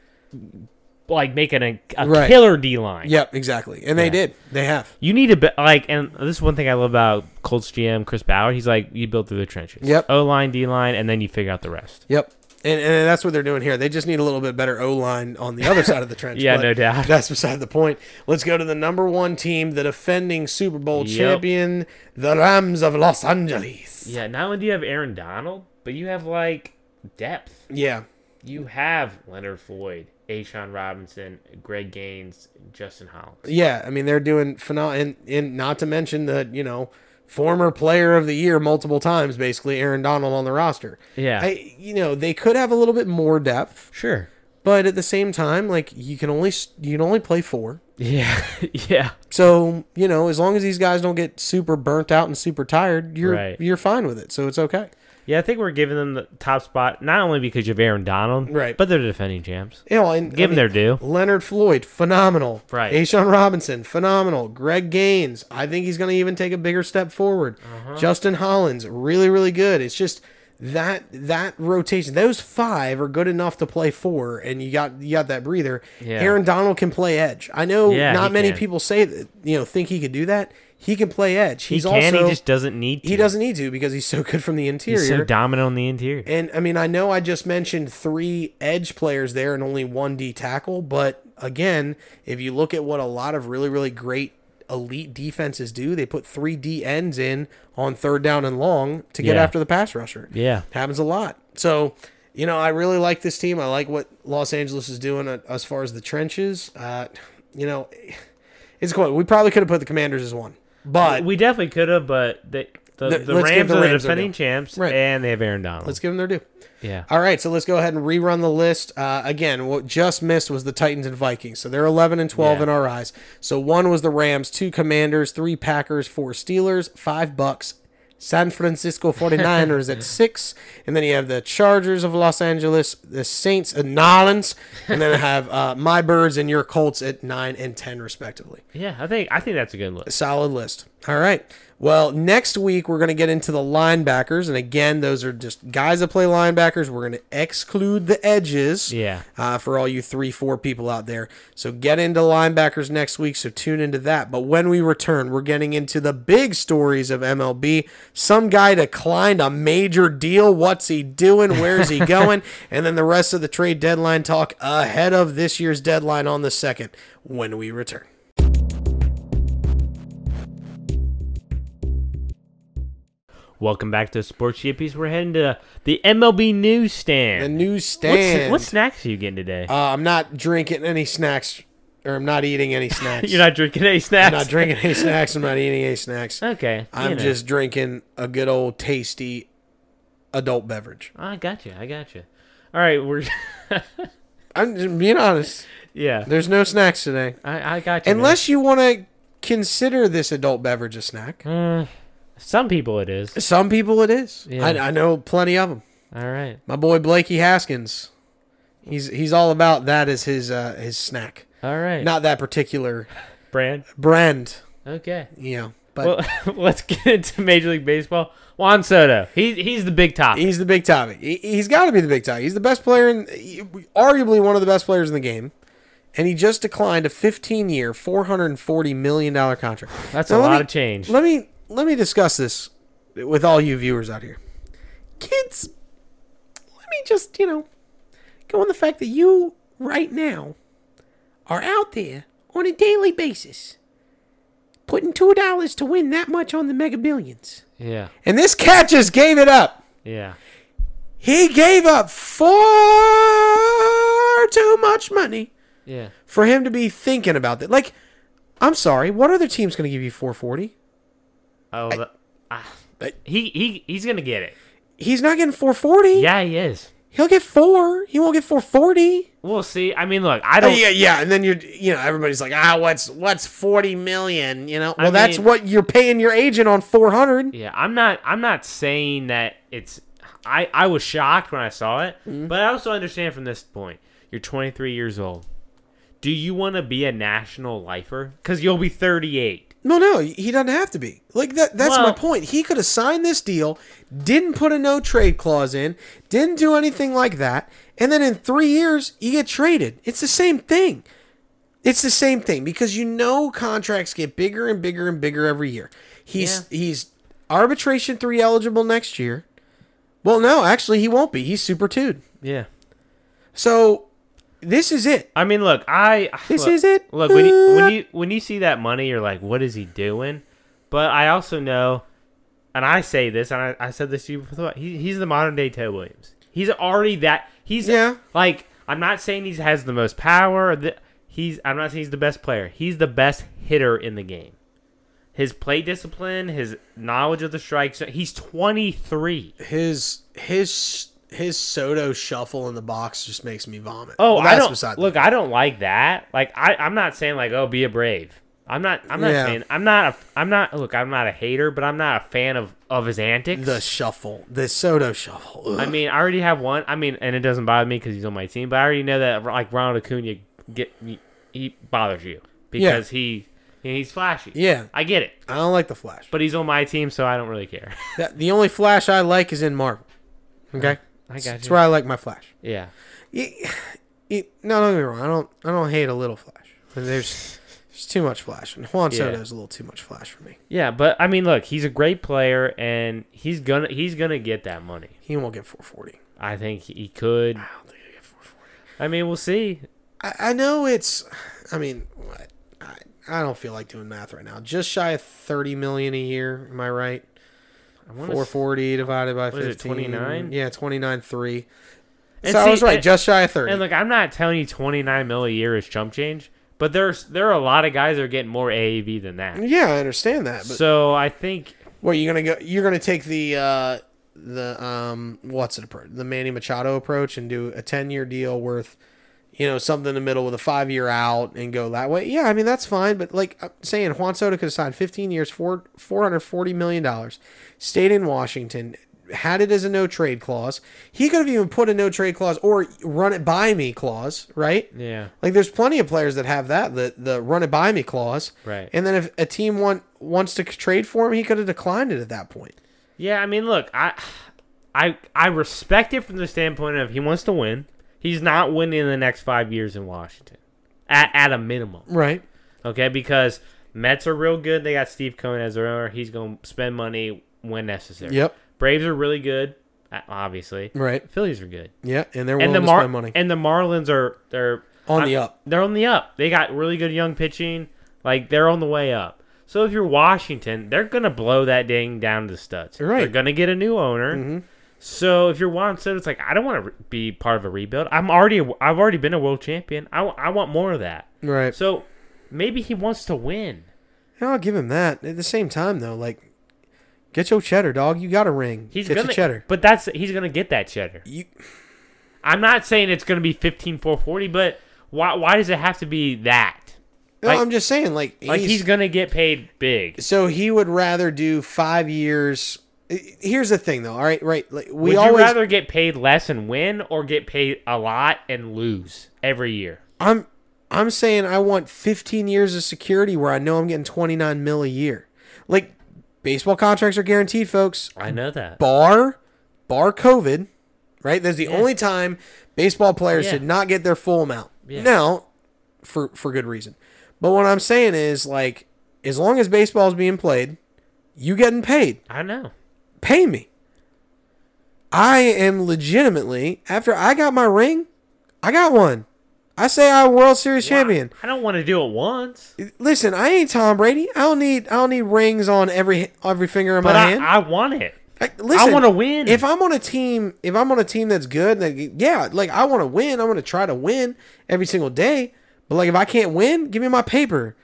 Speaker 2: like make it a, a
Speaker 1: Right.
Speaker 2: killer D line.
Speaker 1: yep, exactly, and they did. They have.
Speaker 2: You need to be, like, and this is one thing I love about Colts GM Chris Bauer. He's like, you build through the trenches.
Speaker 1: Yep.
Speaker 2: O line, D line, and then you figure out the rest.
Speaker 1: Yep. And, and that's what they're doing here. They just need a little bit better O line on the other side of the trench.
Speaker 2: Yeah,
Speaker 1: but
Speaker 2: no doubt.
Speaker 1: That's beside the point. Let's go to the number one team, the defending Super Bowl
Speaker 2: Yep.
Speaker 1: champion, the Rams of Los Angeles.
Speaker 2: Yeah. Not only do you have Aaron Donald, but you have like depth.
Speaker 1: Yeah.
Speaker 2: You have Leonard Floyd, Ashawn Robinson, Greg Gaines, Justin Hollins.
Speaker 1: Yeah. I mean, they're doing phenomenal. And, and not to mention the, you know, former player of the year multiple times, basically, Aaron Donald on the roster.
Speaker 2: Yeah.
Speaker 1: I, you know, they could have a little bit more depth,
Speaker 2: Sure.
Speaker 1: but at the same time, like, you can only, s- you can only play four.
Speaker 2: Yeah. yeah.
Speaker 1: So you know, as long as these guys don't get super burnt out and super tired, you're
Speaker 2: Right.
Speaker 1: you're fine with it. So it's okay.
Speaker 2: Yeah, I think we're giving them the top spot not only because you have Aaron Donald,
Speaker 1: Right.
Speaker 2: but they're defending champs.
Speaker 1: You know, and
Speaker 2: Give
Speaker 1: I
Speaker 2: them their due.
Speaker 1: Leonard Floyd, phenomenal.
Speaker 2: Right.
Speaker 1: Ashawn Robinson, phenomenal. Greg Gaines,
Speaker 3: Uh-huh.
Speaker 1: I think he's going to even take a bigger step forward. Justin Hollins, really, really good. It's just that that rotation, those five are good enough to play four, and you got you got that breather.
Speaker 2: Yeah.
Speaker 1: Aaron Donald can play edge. I know
Speaker 3: Yeah,
Speaker 1: not
Speaker 3: he
Speaker 1: many
Speaker 3: can.
Speaker 1: people say that you know think he could do that. He can play edge.
Speaker 3: He
Speaker 1: He's
Speaker 3: can.
Speaker 1: also
Speaker 3: he just doesn't need to.
Speaker 1: he doesn't need to because he's so good from the interior.
Speaker 3: He's so dominant on the interior.
Speaker 1: And I mean, I know I just mentioned three edge players there and only one D tackle, but again, if you look at what a lot of really, really great elite defenses do, they put three D ends in on third down and long to get
Speaker 3: Yeah.
Speaker 1: after the pass rusher.
Speaker 3: Yeah.
Speaker 1: Happens a lot. So, you know, I really like this team. I like what Los Angeles is doing uh, as far as the trenches. Uh, you know, it's cool. We probably could have put the Commanders as one, but
Speaker 2: we definitely could have, but the the,
Speaker 1: The-
Speaker 2: the,
Speaker 1: let's give
Speaker 2: Rams
Speaker 1: the
Speaker 2: are the
Speaker 1: Rams their
Speaker 2: defending
Speaker 1: due.
Speaker 2: champs,
Speaker 1: Right.
Speaker 2: and they have Aaron Donald.
Speaker 1: let's give them their due.
Speaker 3: Yeah.
Speaker 1: All right, so let's go ahead and rerun the list. Uh, again, what just missed was the Titans and Vikings. So they're 11 and 12
Speaker 2: Yeah.
Speaker 1: in our eyes. So one was the Rams, two Commanders, three Packers, four Steelers, five Bucks, San Francisco 49ers at six. And then you have the Chargers of Los Angeles, the Saints and Nolans. And then I have uh, my Birds and your Colts at nine and 10, respectively
Speaker 2: yeah, I think I think that's a good look.
Speaker 1: solid list. All right. Well, next week we're going to get into the linebackers, and again, those are just guys that play linebackers. We're going to exclude the edges.
Speaker 3: Yeah.
Speaker 1: Uh, for all you three, four people out there, so get into linebackers next week. So tune into that. But when we return, we're getting into the big stories of MLB. Some guy declined a major deal. What's he doing? Where's he going? and then the rest of the trade deadline talk ahead of this year's deadline on the second. When we return.
Speaker 2: Welcome back to Sports Yippies. We're heading to the MLB
Speaker 1: The
Speaker 2: newsstand.
Speaker 1: newsstand.
Speaker 2: What, what snacks are you getting today?
Speaker 1: Uh, I'm not drinking any snacks, or I'm not eating any snacks.
Speaker 2: You're not drinking any
Speaker 1: I'm
Speaker 2: snacks.
Speaker 1: not drinking any snacks. I'm not eating any snacks.
Speaker 2: Okay, you
Speaker 1: I'm
Speaker 2: know.
Speaker 1: just drinking a good old tasty adult beverage.
Speaker 2: I got you. I got you. All right, we're.
Speaker 1: I'm just being honest.
Speaker 2: yeah,
Speaker 1: There's no snacks today,
Speaker 2: I, I got you. man.
Speaker 1: unless you want to consider this adult beverage a snack.
Speaker 2: Mm, some people it is.
Speaker 1: Some people it is.
Speaker 2: Yeah.
Speaker 1: I, I know plenty of them.
Speaker 2: All right.
Speaker 1: My boy Blakey Haskins, he's he's all about that as his uh, his snack,
Speaker 2: All right.
Speaker 1: not that particular
Speaker 2: brand.
Speaker 1: brand.
Speaker 2: Okay.
Speaker 1: You know, but
Speaker 2: Well, let's get into Major League Baseball. Juan Soto. He's he's the big top.
Speaker 1: He's the big topic. He, he's got to be the big topic. He's the best player in, he- arguably one of the best players in the game, and he just declined a 15-year, 440 million dollar contract.
Speaker 2: That's
Speaker 1: Now,
Speaker 2: a
Speaker 1: let
Speaker 2: lot
Speaker 1: me-
Speaker 2: of change.
Speaker 1: Let me let me discuss this with all you viewers out here, kids. Let me just you know go on the fact that you right now are out there on a daily basis putting two dollars to win that much on the Mega Billions,
Speaker 2: yeah.
Speaker 1: and this cat just gave it up.
Speaker 2: Yeah.
Speaker 1: He gave up far too much money
Speaker 2: Yeah.
Speaker 1: for him to be thinking about that. Like, I'm sorry, what other team's going to give you 440?
Speaker 2: Oh, the- ah.
Speaker 1: I-
Speaker 2: he he he's gonna get it.
Speaker 1: He's not getting 440.
Speaker 2: Yeah, he is.
Speaker 1: He'll get four. He won't get 440.
Speaker 2: We'll see. I mean, look, I
Speaker 1: Oh,
Speaker 2: don't.
Speaker 1: yeah, yeah. And then you're, you know, everybody's like, ah, what's what's 40 million? You know, well, that's
Speaker 2: mean-
Speaker 1: what you're paying your agent on 400.
Speaker 2: Yeah, I'm not. I'm not saying that it's. I I was shocked when I saw it,
Speaker 1: Mm-hmm.
Speaker 2: but I also understand from this point. You're 23 years old. Do you want to be a national lifer? Because you'll be 38.
Speaker 1: No, no, he doesn't have to be. Like that that's my
Speaker 2: Well-
Speaker 1: point. He could have signed this deal, didn't put a no trade clause in, didn't do anything like that, and then in 3 years you get traded. It's the same thing. It's the same thing because you know contracts get bigger and bigger and bigger every year. He's he's arbitration 3 eligible next year. Well, no, actually he won't be. He's super 2'd.
Speaker 2: Yeah.
Speaker 1: So this is it.
Speaker 2: I mean, look, I
Speaker 1: This
Speaker 2: look-
Speaker 1: is it.
Speaker 2: Look, when you when you when you see that money, you're like, what is he doing? But I also know, and I say this, and I, I said this to you before. He, he's the modern day Ted Williams. He's already that. He's
Speaker 1: Yeah.
Speaker 2: Like I'm not saying he has the most power. Or the, he's I'm not saying he's the best player. He's the best hitter in the game. His play discipline, his knowledge of the strike zone. He's 23.
Speaker 1: his his his Soto shuffle in the box just makes me vomit.
Speaker 2: Oh,
Speaker 1: Well,
Speaker 2: I
Speaker 1: that's
Speaker 2: don't
Speaker 1: beside the
Speaker 2: look. I don't like that. Like I, I'm not saying like oh be a brave. I'm not. I'm not
Speaker 1: Yeah.
Speaker 2: saying. I'm not. A, I'm not. Look, I'm not a hater, but I'm not a fan of of his antics.
Speaker 1: the shuffle, the Soto shuffle. Ugh.
Speaker 2: I mean, I already have one. I mean, and it doesn't bother me because he's on my team. But I already know that like Ronald Acuna get he bothers you because he he's flashy.
Speaker 1: Yeah.
Speaker 2: I get it.
Speaker 1: I don't like the Flash.
Speaker 2: But he's on my team, so I don't really care.
Speaker 1: That, the only Flash I like is in Marvel. Okay,
Speaker 2: I got
Speaker 1: that's
Speaker 2: you.
Speaker 1: where I like my Flash.
Speaker 2: Yeah.
Speaker 1: It, it, no, don't get me wrong. I don't. I don't hate a little Flash. But there's there's too much Flash, and Juan
Speaker 2: Yeah.
Speaker 1: Soto's a little too much Flash for me.
Speaker 2: Yeah, but I mean, look, he's a great player, and he's gonna he's gonna get that money.
Speaker 1: He won't get 440.
Speaker 2: I think he could.
Speaker 1: I don't think he get 440.
Speaker 2: I mean, we'll see.
Speaker 1: I, I know it's. I mean, what- I, I don't feel like doing math right now. Just shy of 30 million a year. Am I right?
Speaker 2: I wanna s-
Speaker 1: 440 divided by
Speaker 2: What is it,
Speaker 1: 15.
Speaker 2: 29?
Speaker 1: Yeah, 29 three.
Speaker 2: And
Speaker 1: so I
Speaker 2: see,
Speaker 1: was right,
Speaker 2: and-
Speaker 1: just shy of 30.
Speaker 2: And look, I'm not telling you 29 mil a year is chump change, but there's there are a lot of guys that are getting more AAV than that.
Speaker 1: yeah, I understand that, but
Speaker 2: So I think
Speaker 1: Well, you're gonna go. You're gonna take the uh, the um, what's it approach? The Manny Machado approach and do a ten year deal worth, you know, something in the middle with a five year out and go that way. Yeah, I mean that's fine. But like I'm saying, Juan Soto could have signed 15 years, four four hundred forty million dollars, stayed in Washington. Had it as a no trade clause, he could have even put a no trade clause or run it by me clause, right?
Speaker 2: yeah,
Speaker 1: Like there's plenty of players that have that the the run it by me clause.
Speaker 2: Right.
Speaker 1: And then if a team want wants to trade for him, he could have declined it at that point.
Speaker 2: yeah. I mean, look, I I I respect it from the standpoint of he wants to win. He's not winning in the next five years in Washington, at at a minimum.
Speaker 1: Right.
Speaker 2: Okay, because Mets are real good. They got Steve Cohen as their owner. He's going to spend money when necessary.
Speaker 1: Yep.
Speaker 2: Braves are really good, uh, obviously.
Speaker 1: Right.
Speaker 2: Phillies are good.
Speaker 1: Yeah. And they're willing
Speaker 2: And the
Speaker 1: to
Speaker 2: Mar-
Speaker 1: spend money
Speaker 2: and the Marlins are they're
Speaker 1: on the up.
Speaker 2: They're on the up. They got really good young pitching. Like they're on the way up. So if you're Washington, they're gonna blow that ding down to the studs.
Speaker 1: Right. Mm-hmm.
Speaker 2: They're gonna get a new owner. So if you're Juan Soto, it's like I don't want to re- be part of a rebuild. I'm already a, I've already been a world champion. I, w- I want more of that.
Speaker 1: Right.
Speaker 2: So maybe he wants to win.
Speaker 1: And I'll give him that. At the same time though, like get your cheddar, dog. You got a ring.
Speaker 2: He's
Speaker 1: get
Speaker 2: gonna
Speaker 1: your cheddar.
Speaker 2: but that's he's gonna get that cheddar.
Speaker 1: You
Speaker 2: I'm not saying it's gonna be 15 440, but why why does it have to be that?
Speaker 1: no,
Speaker 2: Like-
Speaker 1: I'm just saying, like,
Speaker 2: Like
Speaker 1: he's-
Speaker 2: he's gonna get paid big.
Speaker 1: so he would rather do five years. Here's the thing, though. All right, right. Like, we
Speaker 2: Would
Speaker 1: always
Speaker 2: you rather get paid less and win, or get paid a lot and lose every year?
Speaker 1: I'm I'm saying I want 15 years of security where I know I'm getting 29 mil a year. Like baseball contracts are guaranteed, folks.
Speaker 2: I know that.
Speaker 1: Bar bar COVID, right? That's the only time baseball players
Speaker 2: Yeah.
Speaker 1: did not get their full amount.
Speaker 2: Yeah.
Speaker 1: Now, for for good reason. But what I'm saying is like as long as baseball's being played, you getting paid
Speaker 2: I know.
Speaker 1: pay me. I am legitimately after I got my ring, I got one. I say I'm World Series champion.
Speaker 2: I don't want to do it once,
Speaker 1: Listen, I ain't Tom Brady. I don't need I don't need rings on every every finger in
Speaker 2: but
Speaker 1: my
Speaker 2: I,
Speaker 1: hand.
Speaker 2: I want it.
Speaker 1: I, listen,
Speaker 2: wanna win.
Speaker 1: If I'm on a team, if I'm on a team that's good, then yeah, like I want to win. I want to try to win every single day. But like if I can't win, give me my paper.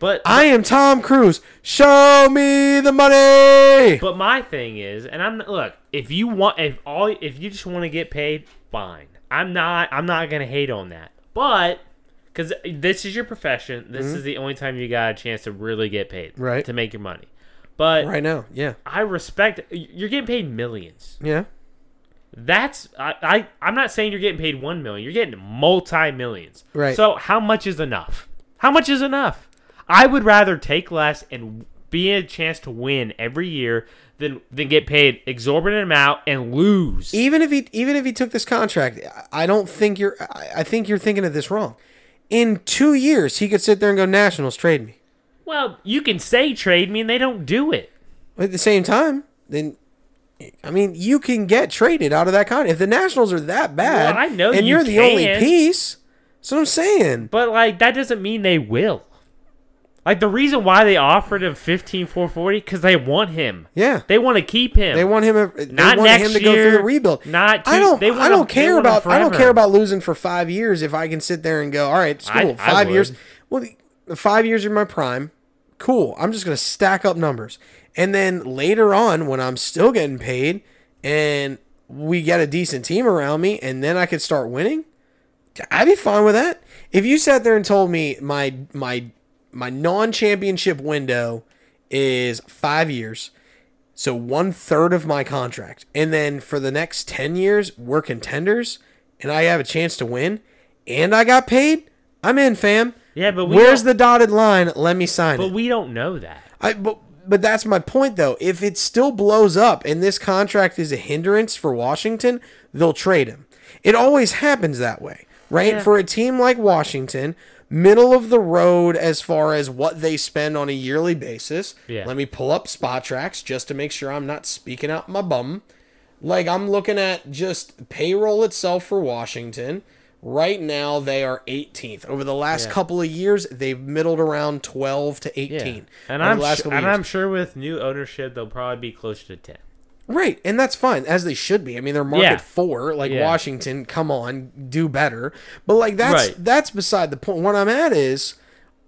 Speaker 2: But
Speaker 1: I am Tom Cruise. Show me the money.
Speaker 2: But my thing is, and I'm look, if you want, if all, if you just want to get paid, fine. I'm not, I'm not gonna hate on that. But because this is your profession, this is the only time you got a chance to really get paid,
Speaker 1: Mm-hmm. Right.
Speaker 2: To make your money. But
Speaker 1: Right now, yeah,
Speaker 2: I respect you're getting paid millions.
Speaker 1: yeah.
Speaker 2: That's I, I I'm not saying you're getting paid one million. You're getting multi millions.
Speaker 1: Right.
Speaker 2: So how much is enough? How much is enough? I would rather take less and be a chance to win every year than than get paid exorbitant amount and lose.
Speaker 1: even if he even if he took this contract, I I don't think you're. I I think you're thinking of this wrong. In two years, he could sit there and go Nationals trade me.
Speaker 2: Well, you can say trade me and they don't do it.
Speaker 1: But at the same time, then I mean, you can get traded out of that contract if the Nationals are that bad.
Speaker 2: Well, I know
Speaker 1: and
Speaker 2: you
Speaker 1: are the only
Speaker 2: can.
Speaker 1: piece. That's what I'm saying.
Speaker 2: But like that doesn't mean they will. Like the reason why they offered him 15 440 cuz they want him.
Speaker 1: Yeah,
Speaker 2: They want to keep him.
Speaker 1: they want him. They
Speaker 2: Not
Speaker 1: want him
Speaker 2: next
Speaker 1: to go through
Speaker 2: year,
Speaker 1: the rebuild.
Speaker 2: not
Speaker 1: I
Speaker 2: two-
Speaker 1: don't.
Speaker 2: they
Speaker 1: I
Speaker 2: want him-
Speaker 1: don't
Speaker 2: they
Speaker 1: care
Speaker 2: want him
Speaker 1: about. I don't
Speaker 2: forever.
Speaker 1: care about losing for five years if I can sit there and go. All right, it's
Speaker 2: I-
Speaker 1: cool.
Speaker 2: I
Speaker 1: five
Speaker 2: would.
Speaker 1: years. Well, the five years in my prime. Cool. I'm just gonna stack up numbers, and then later on when I'm still getting paid, and we get a decent team around me, and then I could start winning. I'd be fine with that. If you sat there and told me my my my non-championship window is five years, so one third of my contract, and then for the next ten years we're contenders, and I have a chance to win, and I got paid, I'm in, fam.
Speaker 2: Yeah, but we
Speaker 1: Where's
Speaker 2: don't-
Speaker 1: the dotted line? Let me sign
Speaker 2: But
Speaker 1: it.
Speaker 2: we don't know that.
Speaker 1: I, but but that's my point though. If it still blows up and this contract is a hindrance for Washington, they'll trade him. It always happens that way, right? For a team like Washington, middle of the road as far as what they spend on a yearly basis.
Speaker 2: Yeah.
Speaker 1: Let me pull up spot tracks just to make sure I'm not speaking out my bum. Like I'm looking at just payroll itself for Washington. Right now they are 18th. Over the last couple of years, they've middled around 12 to 18.
Speaker 2: Yeah. And
Speaker 1: Over
Speaker 2: I'm
Speaker 1: the last
Speaker 2: su-
Speaker 1: couple of
Speaker 2: and
Speaker 1: years.
Speaker 2: I'm sure with new ownership they'll probably be closer to ten.
Speaker 1: Right, and that's fine as they should be. I mean, they're market
Speaker 2: Yeah.
Speaker 1: four, like
Speaker 2: Yeah.
Speaker 1: Washington. Come on, do better. But like that's
Speaker 2: Right.
Speaker 1: that's beside the point. What I'm at is,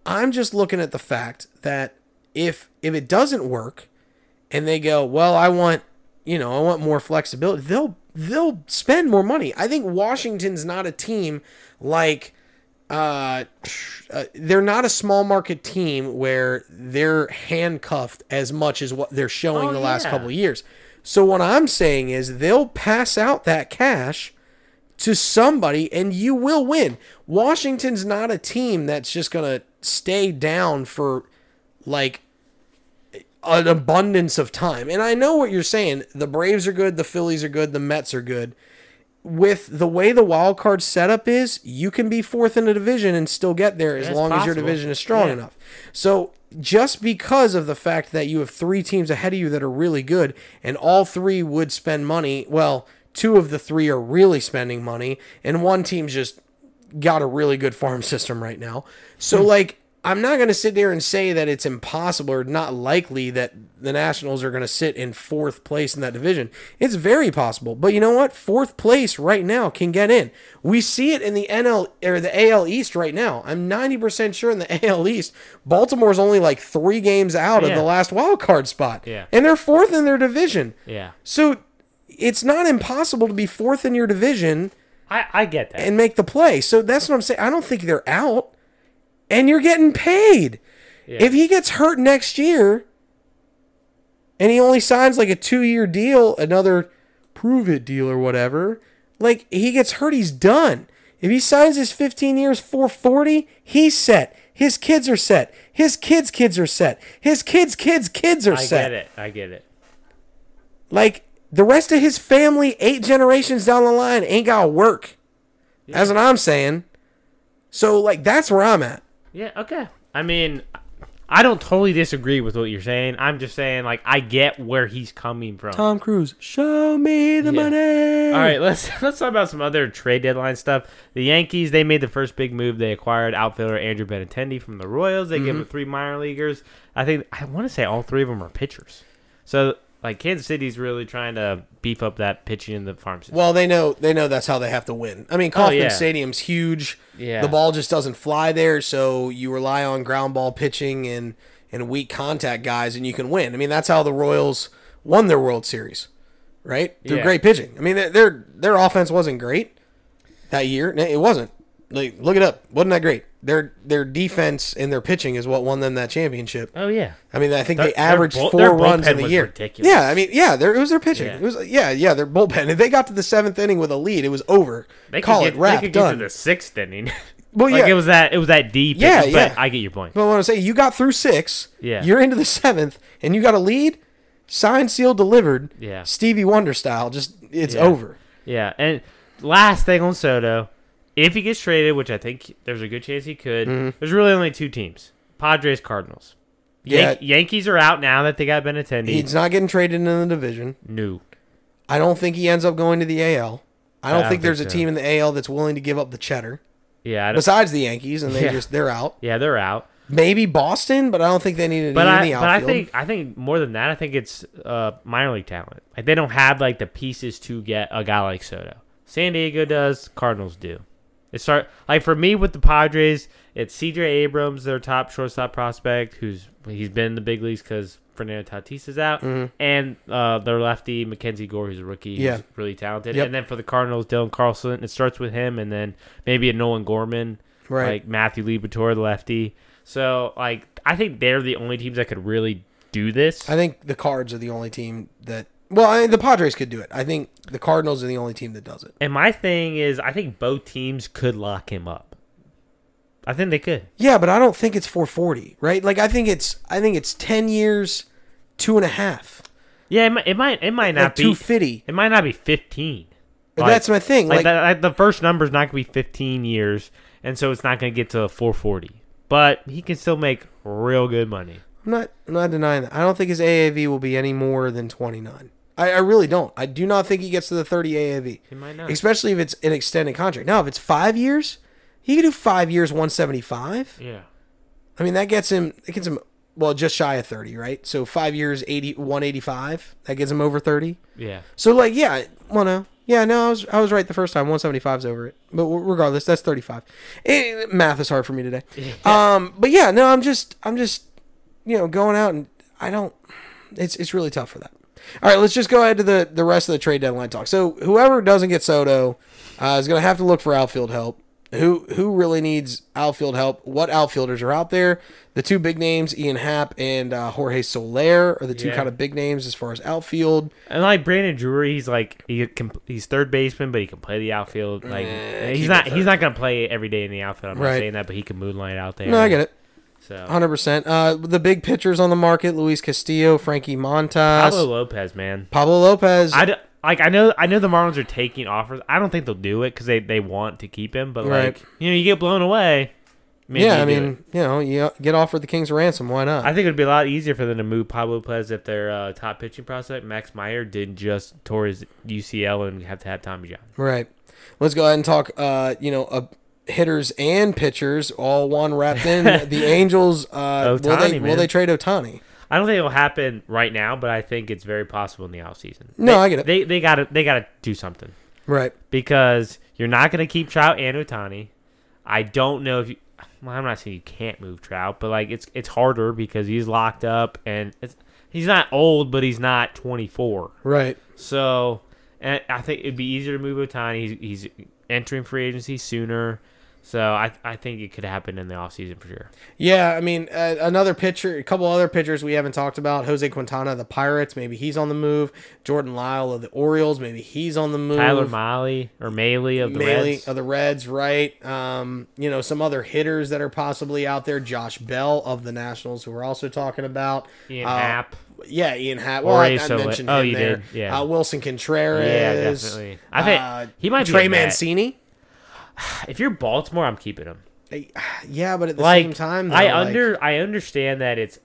Speaker 1: I'm just looking at the fact that if if it doesn't work, and they go, well, I want you know I want more flexibility. They'll they'll spend more money. I think Washington's not a team like uh, uh, they're not a small market team where they're handcuffed as much as what they're showing
Speaker 2: Oh,
Speaker 1: the last
Speaker 2: yeah.
Speaker 1: couple of years. So what I'm saying is they'll pass out that cash to somebody and you will win. Washington's not a team that's just going to stay down for like an abundance of time. And I know what you're saying. The Braves are good, the Phillies are good, the Mets are good. With the way the wild card setup is, you can be fourth in a division and still get there as
Speaker 2: That's
Speaker 1: long as your
Speaker 2: possible.
Speaker 1: division is strong
Speaker 2: Yeah.
Speaker 1: enough. So just because of the fact that you have three teams ahead of you that are really good and all three would spend money, well, two of the three are really spending money and one team's just got a really good farm system right now.
Speaker 2: Hmm.
Speaker 1: So like I'm not going to sit there and say that it's impossible or not likely that the Nationals are going to sit in fourth place in that division. It's very possible. But you know what? Fourth place right now can get in. We see it in the NL or the AL East right now. I'm 90% sure in the AL East, Baltimore's only like 3 games out of
Speaker 2: Yeah.
Speaker 1: the last wild card spot.
Speaker 2: Yeah.
Speaker 1: And they're fourth in their division.
Speaker 2: Yeah.
Speaker 1: So it's not impossible to be fourth in your division
Speaker 2: I, I get that.
Speaker 1: and make the play. So that's what I'm saying. I don't think they're out, and you're getting paid. If he gets hurt next year, and he only signs like a two year deal, another prove it deal or whatever, like he gets hurt, he's done. If he signs his 15 years 440, he's set. His kids are set. His kids' kids are set. His kids' kids' kids are
Speaker 2: I
Speaker 1: set.
Speaker 2: get it. I get it.
Speaker 1: Like the rest of his family, eight generations down the line, ain't got to work. That's what I'm saying. So like that's where I'm at.
Speaker 2: Yeah, okay. I mean, I don't totally disagree with what you're saying. I'm just saying, like, I get where he's coming from.
Speaker 1: Tom Cruise, show me the
Speaker 2: Yeah.
Speaker 1: money.
Speaker 2: All right, let's let's talk about some other trade deadline stuff. The Yankees they made the first big move. They acquired outfielder Andrew Benintendi from the Royals. They gave
Speaker 1: Mm-hmm.
Speaker 2: him three minor leaguers. I think I want to say all three of them are pitchers. So like Kansas City's really trying to beef up that pitching in the farm system.
Speaker 1: Well, they know they know that's how they have to win. I mean, Kauffman
Speaker 2: Oh, yeah.
Speaker 1: Stadium's huge.
Speaker 2: Yeah.
Speaker 1: The ball just doesn't fly there, so you rely on ground ball pitching and and weak contact guys and you can win. I mean, that's how the Royals won their World Series. Right? Through
Speaker 2: Yeah.
Speaker 1: great pitching. I mean, their- their their offense wasn't great that year. No, It wasn't. Like look it up. Wasn't that great? Their their defense and their pitching is what won them that championship.
Speaker 2: oh yeah,
Speaker 1: I mean, I think
Speaker 2: Their-
Speaker 1: they averaged
Speaker 2: their bull-
Speaker 1: four
Speaker 2: their
Speaker 1: runs
Speaker 2: bullpen
Speaker 1: in the
Speaker 2: was
Speaker 1: year.
Speaker 2: ridiculous.
Speaker 1: Yeah, I mean, yeah, there it was their pitching.
Speaker 2: Yeah.
Speaker 1: It was yeah, yeah, their bullpen. If they got to the seventh inning with a lead, it was over.
Speaker 2: they
Speaker 1: Call
Speaker 2: could
Speaker 1: it
Speaker 2: get,
Speaker 1: wrap
Speaker 2: they could get
Speaker 1: done.
Speaker 2: to the sixth inning.
Speaker 1: Well,
Speaker 2: like
Speaker 1: yeah.
Speaker 2: it was that it was that deep.
Speaker 1: Yeah,
Speaker 2: but
Speaker 1: yeah.
Speaker 2: I get your point.
Speaker 1: But what I'm saying, you got through six.
Speaker 2: Yeah.
Speaker 1: you're into the seventh, and you got a lead, signed, sealed, delivered.
Speaker 2: Yeah.
Speaker 1: Stevie Wonder style. Just it's
Speaker 2: Yeah.
Speaker 1: over.
Speaker 2: Yeah, and last thing on Soto, if he gets traded, which I think there's a good chance he could,
Speaker 1: Mm-hmm.
Speaker 2: there's really only two teams: Padres, Cardinals.
Speaker 1: Yeah.
Speaker 2: Yan- Yankees are out now that they got Benintendi.
Speaker 1: He's not getting traded in the division.
Speaker 2: no,
Speaker 1: I don't think he ends up going to the AL. I don't
Speaker 2: don't
Speaker 1: think there's
Speaker 2: think
Speaker 1: a
Speaker 2: so.
Speaker 1: team in the AL that's willing to give up the cheddar
Speaker 2: yeah, I don't,
Speaker 1: besides the Yankees, and they
Speaker 2: Yeah.
Speaker 1: just they're out.
Speaker 2: yeah, they're out.
Speaker 1: Maybe Boston, but I don't think they need any
Speaker 2: But
Speaker 1: in
Speaker 2: I,
Speaker 1: the outfield.
Speaker 2: but I think, I think more than that, I think it's uh, minor league talent. Like they don't have like the pieces to get a guy like Soto. San Diego does, Cardinals do. It start like for me with the Padres, it's C.J. Abrams, their top shortstop prospect, who's he's been in the big leagues because Fernando Tatis is out, and uh, their lefty Mackenzie Gore, who's a rookie, who's
Speaker 1: Mm-hmm. Yeah.
Speaker 2: really talented.
Speaker 1: Yep.
Speaker 2: And then for the Cardinals, Dylan Carlson. It starts with him, and then maybe a Nolan Gorman,
Speaker 1: Right.
Speaker 2: Like Matthew Liberatore, the lefty. So like I think they're the only teams that could really do this.
Speaker 1: I think the Cards are the only team that. Well, I, the Padres could do it. I think the Cardinals are the only team that does it.
Speaker 2: and my thing is, I think both teams could lock him up. I think they could.
Speaker 1: Yeah, but I don't think it's 440, right? Like I think it's I think it's 10 years two and a half
Speaker 2: Yeah, it might. It might, it might
Speaker 1: like
Speaker 2: not
Speaker 1: two
Speaker 2: be.
Speaker 1: fifty.
Speaker 2: It might not be fifteen. Like-
Speaker 1: That's my thing.
Speaker 2: Like,
Speaker 1: Like,
Speaker 2: that, like, the first number's not going to be 15 years, and so it's not going to get to 440. But he can still make real good money.
Speaker 1: I'm not I'm not denying that. I don't think his AAV will be any more than 29. I, I really don't. I do not think he gets to the 30 AAV,
Speaker 2: He might not.
Speaker 1: especially if it's an extended contract. Now, if it's five years, he could do five years 175.
Speaker 2: yeah.
Speaker 1: I mean, that gets him. It gets him well just shy of 30, right? So five years 80 185. That gets him over 30.
Speaker 2: Yeah.
Speaker 1: So like, yeah, well, no, yeah, no, I was I was right the first time. One seventy five is over it, but w- regardless, that's thirty five. Math is hard for me today. Um, but yeah, no, I'm just I'm just you know going out and I don't. It's it's really tough for that. All right, let's just go ahead to the the rest of the trade deadline talk. So whoever doesn't get Soto uh, is going to have to look for outfield help. Who who really needs outfield help? What outfielders are out there? The two big names, Ian Happ and uh, Jorge Soler, are the two
Speaker 4: Yeah.
Speaker 1: kind of big names as far as outfield.
Speaker 2: And like Brandon Drury, he's like he can, he's third baseman, but he can play the outfield. Like
Speaker 1: keep
Speaker 2: he's
Speaker 1: it
Speaker 2: not
Speaker 1: third.
Speaker 2: he's not gonna play every day in the outfield. I'm
Speaker 1: Right.
Speaker 2: not saying that, but he can moonlight out there.
Speaker 1: No, I get it.
Speaker 2: So
Speaker 1: Hundred percent. Uh, the big pitchers on the market: Luis Castillo, Frankie Montas,
Speaker 2: Pablo
Speaker 1: Pablo,
Speaker 2: Lopez, man,
Speaker 1: Lopez.
Speaker 2: I d- like I know I know the Marlins are taking offers. I don't think they'll do it because they, they want to keep him. But
Speaker 1: Right.
Speaker 2: like you know, you get blown away. maybe
Speaker 1: yeah, I
Speaker 2: you do it.
Speaker 1: mean, you know, you get offered the king's ransom. Why not?
Speaker 2: I think it would be a lot easier for them to move Pablo Lopez if their uh, top pitching prospect Max Meyer did just tore his UCL and have to have Tommy John.
Speaker 1: right. Let's go ahead and talk. Uh, you know, uh, hitters and pitchers all one wrapped in the Angels. Uh, will they
Speaker 2: Ohtani,
Speaker 1: will
Speaker 2: man.
Speaker 1: they trade Otani?
Speaker 2: I don't think it'll happen right now, but I think it's very possible in the offseason.
Speaker 1: No,
Speaker 2: They-
Speaker 1: I get it.
Speaker 2: They they gotta they gotta do something
Speaker 1: Right.
Speaker 2: because you're not gonna keep Trout and Otani. I don't know if you. Well, I'm not saying you can't move Trout, but like it's it's harder because he's locked up and it's, he's not old, but he's not 24.
Speaker 1: Right.
Speaker 2: So, and I think it'd be easier to move Otani. He's, he's entering free agency sooner. So I, I think it could happen in the offseason for sure.
Speaker 1: Yeah, I mean, uh, another pitcher, a couple other pitchers we haven't talked about. Jose Quintana, of the Pirates, maybe he's on the move. Jordan Lyle of the Orioles, maybe he's on the move.
Speaker 2: Tyler Miley or Maley of the
Speaker 1: Mainly
Speaker 2: Reds.
Speaker 1: of the Reds, right? Um, you know, some other hitters that are possibly out there. Josh Bell of the Nationals, who we're also talking about.
Speaker 2: Ian
Speaker 1: Uh,
Speaker 2: Happ.
Speaker 1: Yeah, Ian Happ. Well, I, I
Speaker 2: Jorge Soler.
Speaker 1: mentioned
Speaker 2: Oh,
Speaker 1: him
Speaker 2: you
Speaker 1: there.
Speaker 2: did, yeah.
Speaker 1: Uh, Wilson Contreras.
Speaker 2: Yeah, definitely. I think
Speaker 1: uh,
Speaker 2: he might be
Speaker 1: Trey
Speaker 2: a Met.
Speaker 1: Mancini.
Speaker 2: If you're Baltimore, I'm keeping him.
Speaker 1: Hey, Yeah, but at the
Speaker 2: Like
Speaker 1: same time,
Speaker 2: I
Speaker 1: though, like-
Speaker 2: under I understand that it's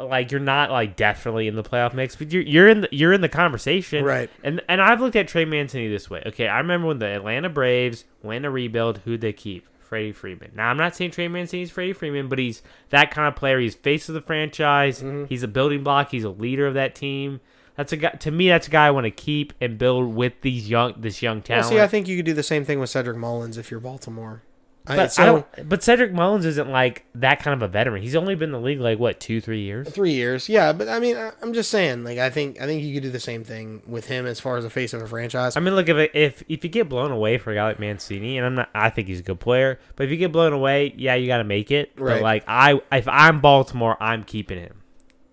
Speaker 2: like you're not like definitely in the playoff mix, but you're you're in the, you're in the conversation,
Speaker 1: Right.
Speaker 2: And and I've looked at Trey Mancini this way. Okay, I remember when the Atlanta Braves went to rebuild. Who they keep? Freddie Freeman. Now I'm not saying Trey Mancini's Freddie Freeman, but he's that kind of player. He's face of the franchise.
Speaker 1: Mm-hmm.
Speaker 2: He's a building block. He's a leader of that team. That's a guy to me. That's a guy I want to keep and build with these young this young
Speaker 1: Well,
Speaker 2: talent.
Speaker 1: see, I think you could do the same thing with Cedric Mullins if you're Baltimore. I,
Speaker 2: but
Speaker 1: so
Speaker 2: I don't. But Cedric Mullins isn't like that kind of a veteran. He's only been in the league like what two, three years.
Speaker 1: three years, yeah. But I mean, I, I'm just saying, like, I think I think you could do the same thing with him as far as the face of a franchise.
Speaker 2: I mean, look if if if you get blown away for a guy like Mancini, and I'm not, I think he's a good player. But if you get blown away, yeah, you got to make it.
Speaker 1: Right.
Speaker 2: But like I, if I'm Baltimore, I'm keeping him.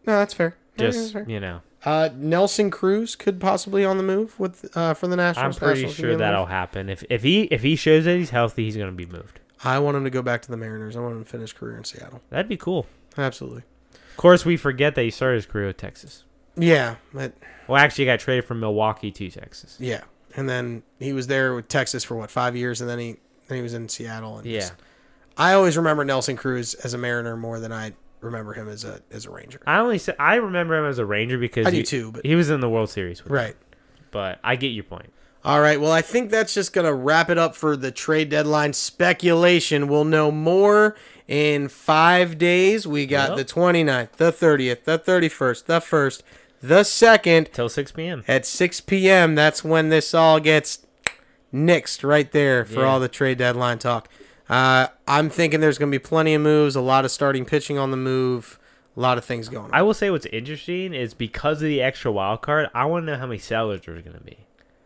Speaker 1: no, that's fair. Yeah, that's
Speaker 2: Just
Speaker 1: fair.
Speaker 2: you know,
Speaker 1: Uh, Nelson Cruz could possibly on the move with uh, for the
Speaker 2: I'm
Speaker 1: Nationals.
Speaker 2: pretty
Speaker 1: Nationals could be
Speaker 2: sure
Speaker 1: on the
Speaker 2: that'll
Speaker 1: move.
Speaker 2: happen. If if he if he shows that he's healthy, he's gonna be moved.
Speaker 1: I want him to go back to the Mariners. I want him to finish career in Seattle.
Speaker 2: That'd be cool.
Speaker 1: Absolutely.
Speaker 2: Of course, we forget that he started his career with Texas.
Speaker 1: Yeah, but
Speaker 2: Well, actually, he got traded from Milwaukee to Texas.
Speaker 1: yeah, and then he was there with Texas for what five years, and then he then he was in Seattle. And
Speaker 2: Yeah.
Speaker 1: just- I always remember Nelson Cruz as a Mariner more than I remember him as a as a Ranger.
Speaker 2: I only say, I remember him as a Ranger because
Speaker 1: I do
Speaker 2: he-
Speaker 1: too, but-
Speaker 2: he was in the World Series. With
Speaker 1: Right.
Speaker 2: but I get your point.
Speaker 1: All right. Well, I think that's just going to wrap it up for the trade deadline speculation. We'll know more in five days. We got
Speaker 2: Yep.
Speaker 1: the 29th, the 30th, the 31st, the 1st, the 2nd
Speaker 2: Till 6 p.m.
Speaker 1: at 6 p.m. That's when this all gets nixed right there for
Speaker 2: Yeah.
Speaker 1: all the trade deadline talk. Uh, I'm thinking there's going to be plenty of moves, a lot of starting pitching on the move, a lot of things going on.
Speaker 2: I will say what's interesting is because of the extra wild card, I want to know how many sellers there's going to be.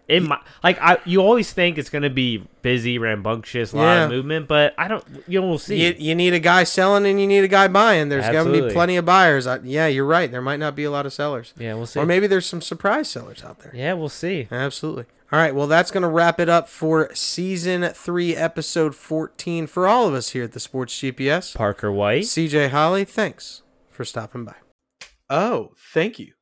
Speaker 2: It might like I you always think it's going to be busy, rambunctious, a lot of
Speaker 1: Yeah.
Speaker 2: movement, but I don't. You know, we'll see.
Speaker 1: you, you need a guy selling and you need a guy buying. There's going to be
Speaker 2: Absolutely.
Speaker 1: plenty of buyers. I, yeah, you're right. There might not be a lot of sellers.
Speaker 2: yeah, we'll see.
Speaker 1: Or maybe there's some surprise sellers out there.
Speaker 2: yeah, we'll see.
Speaker 1: Absolutely. All right. Well, that's going to wrap it up for season three, episode 14 for all of us here at the Sports GPS.
Speaker 2: Parker White.
Speaker 1: CJ Holly, thanks for stopping by. Oh, thank you.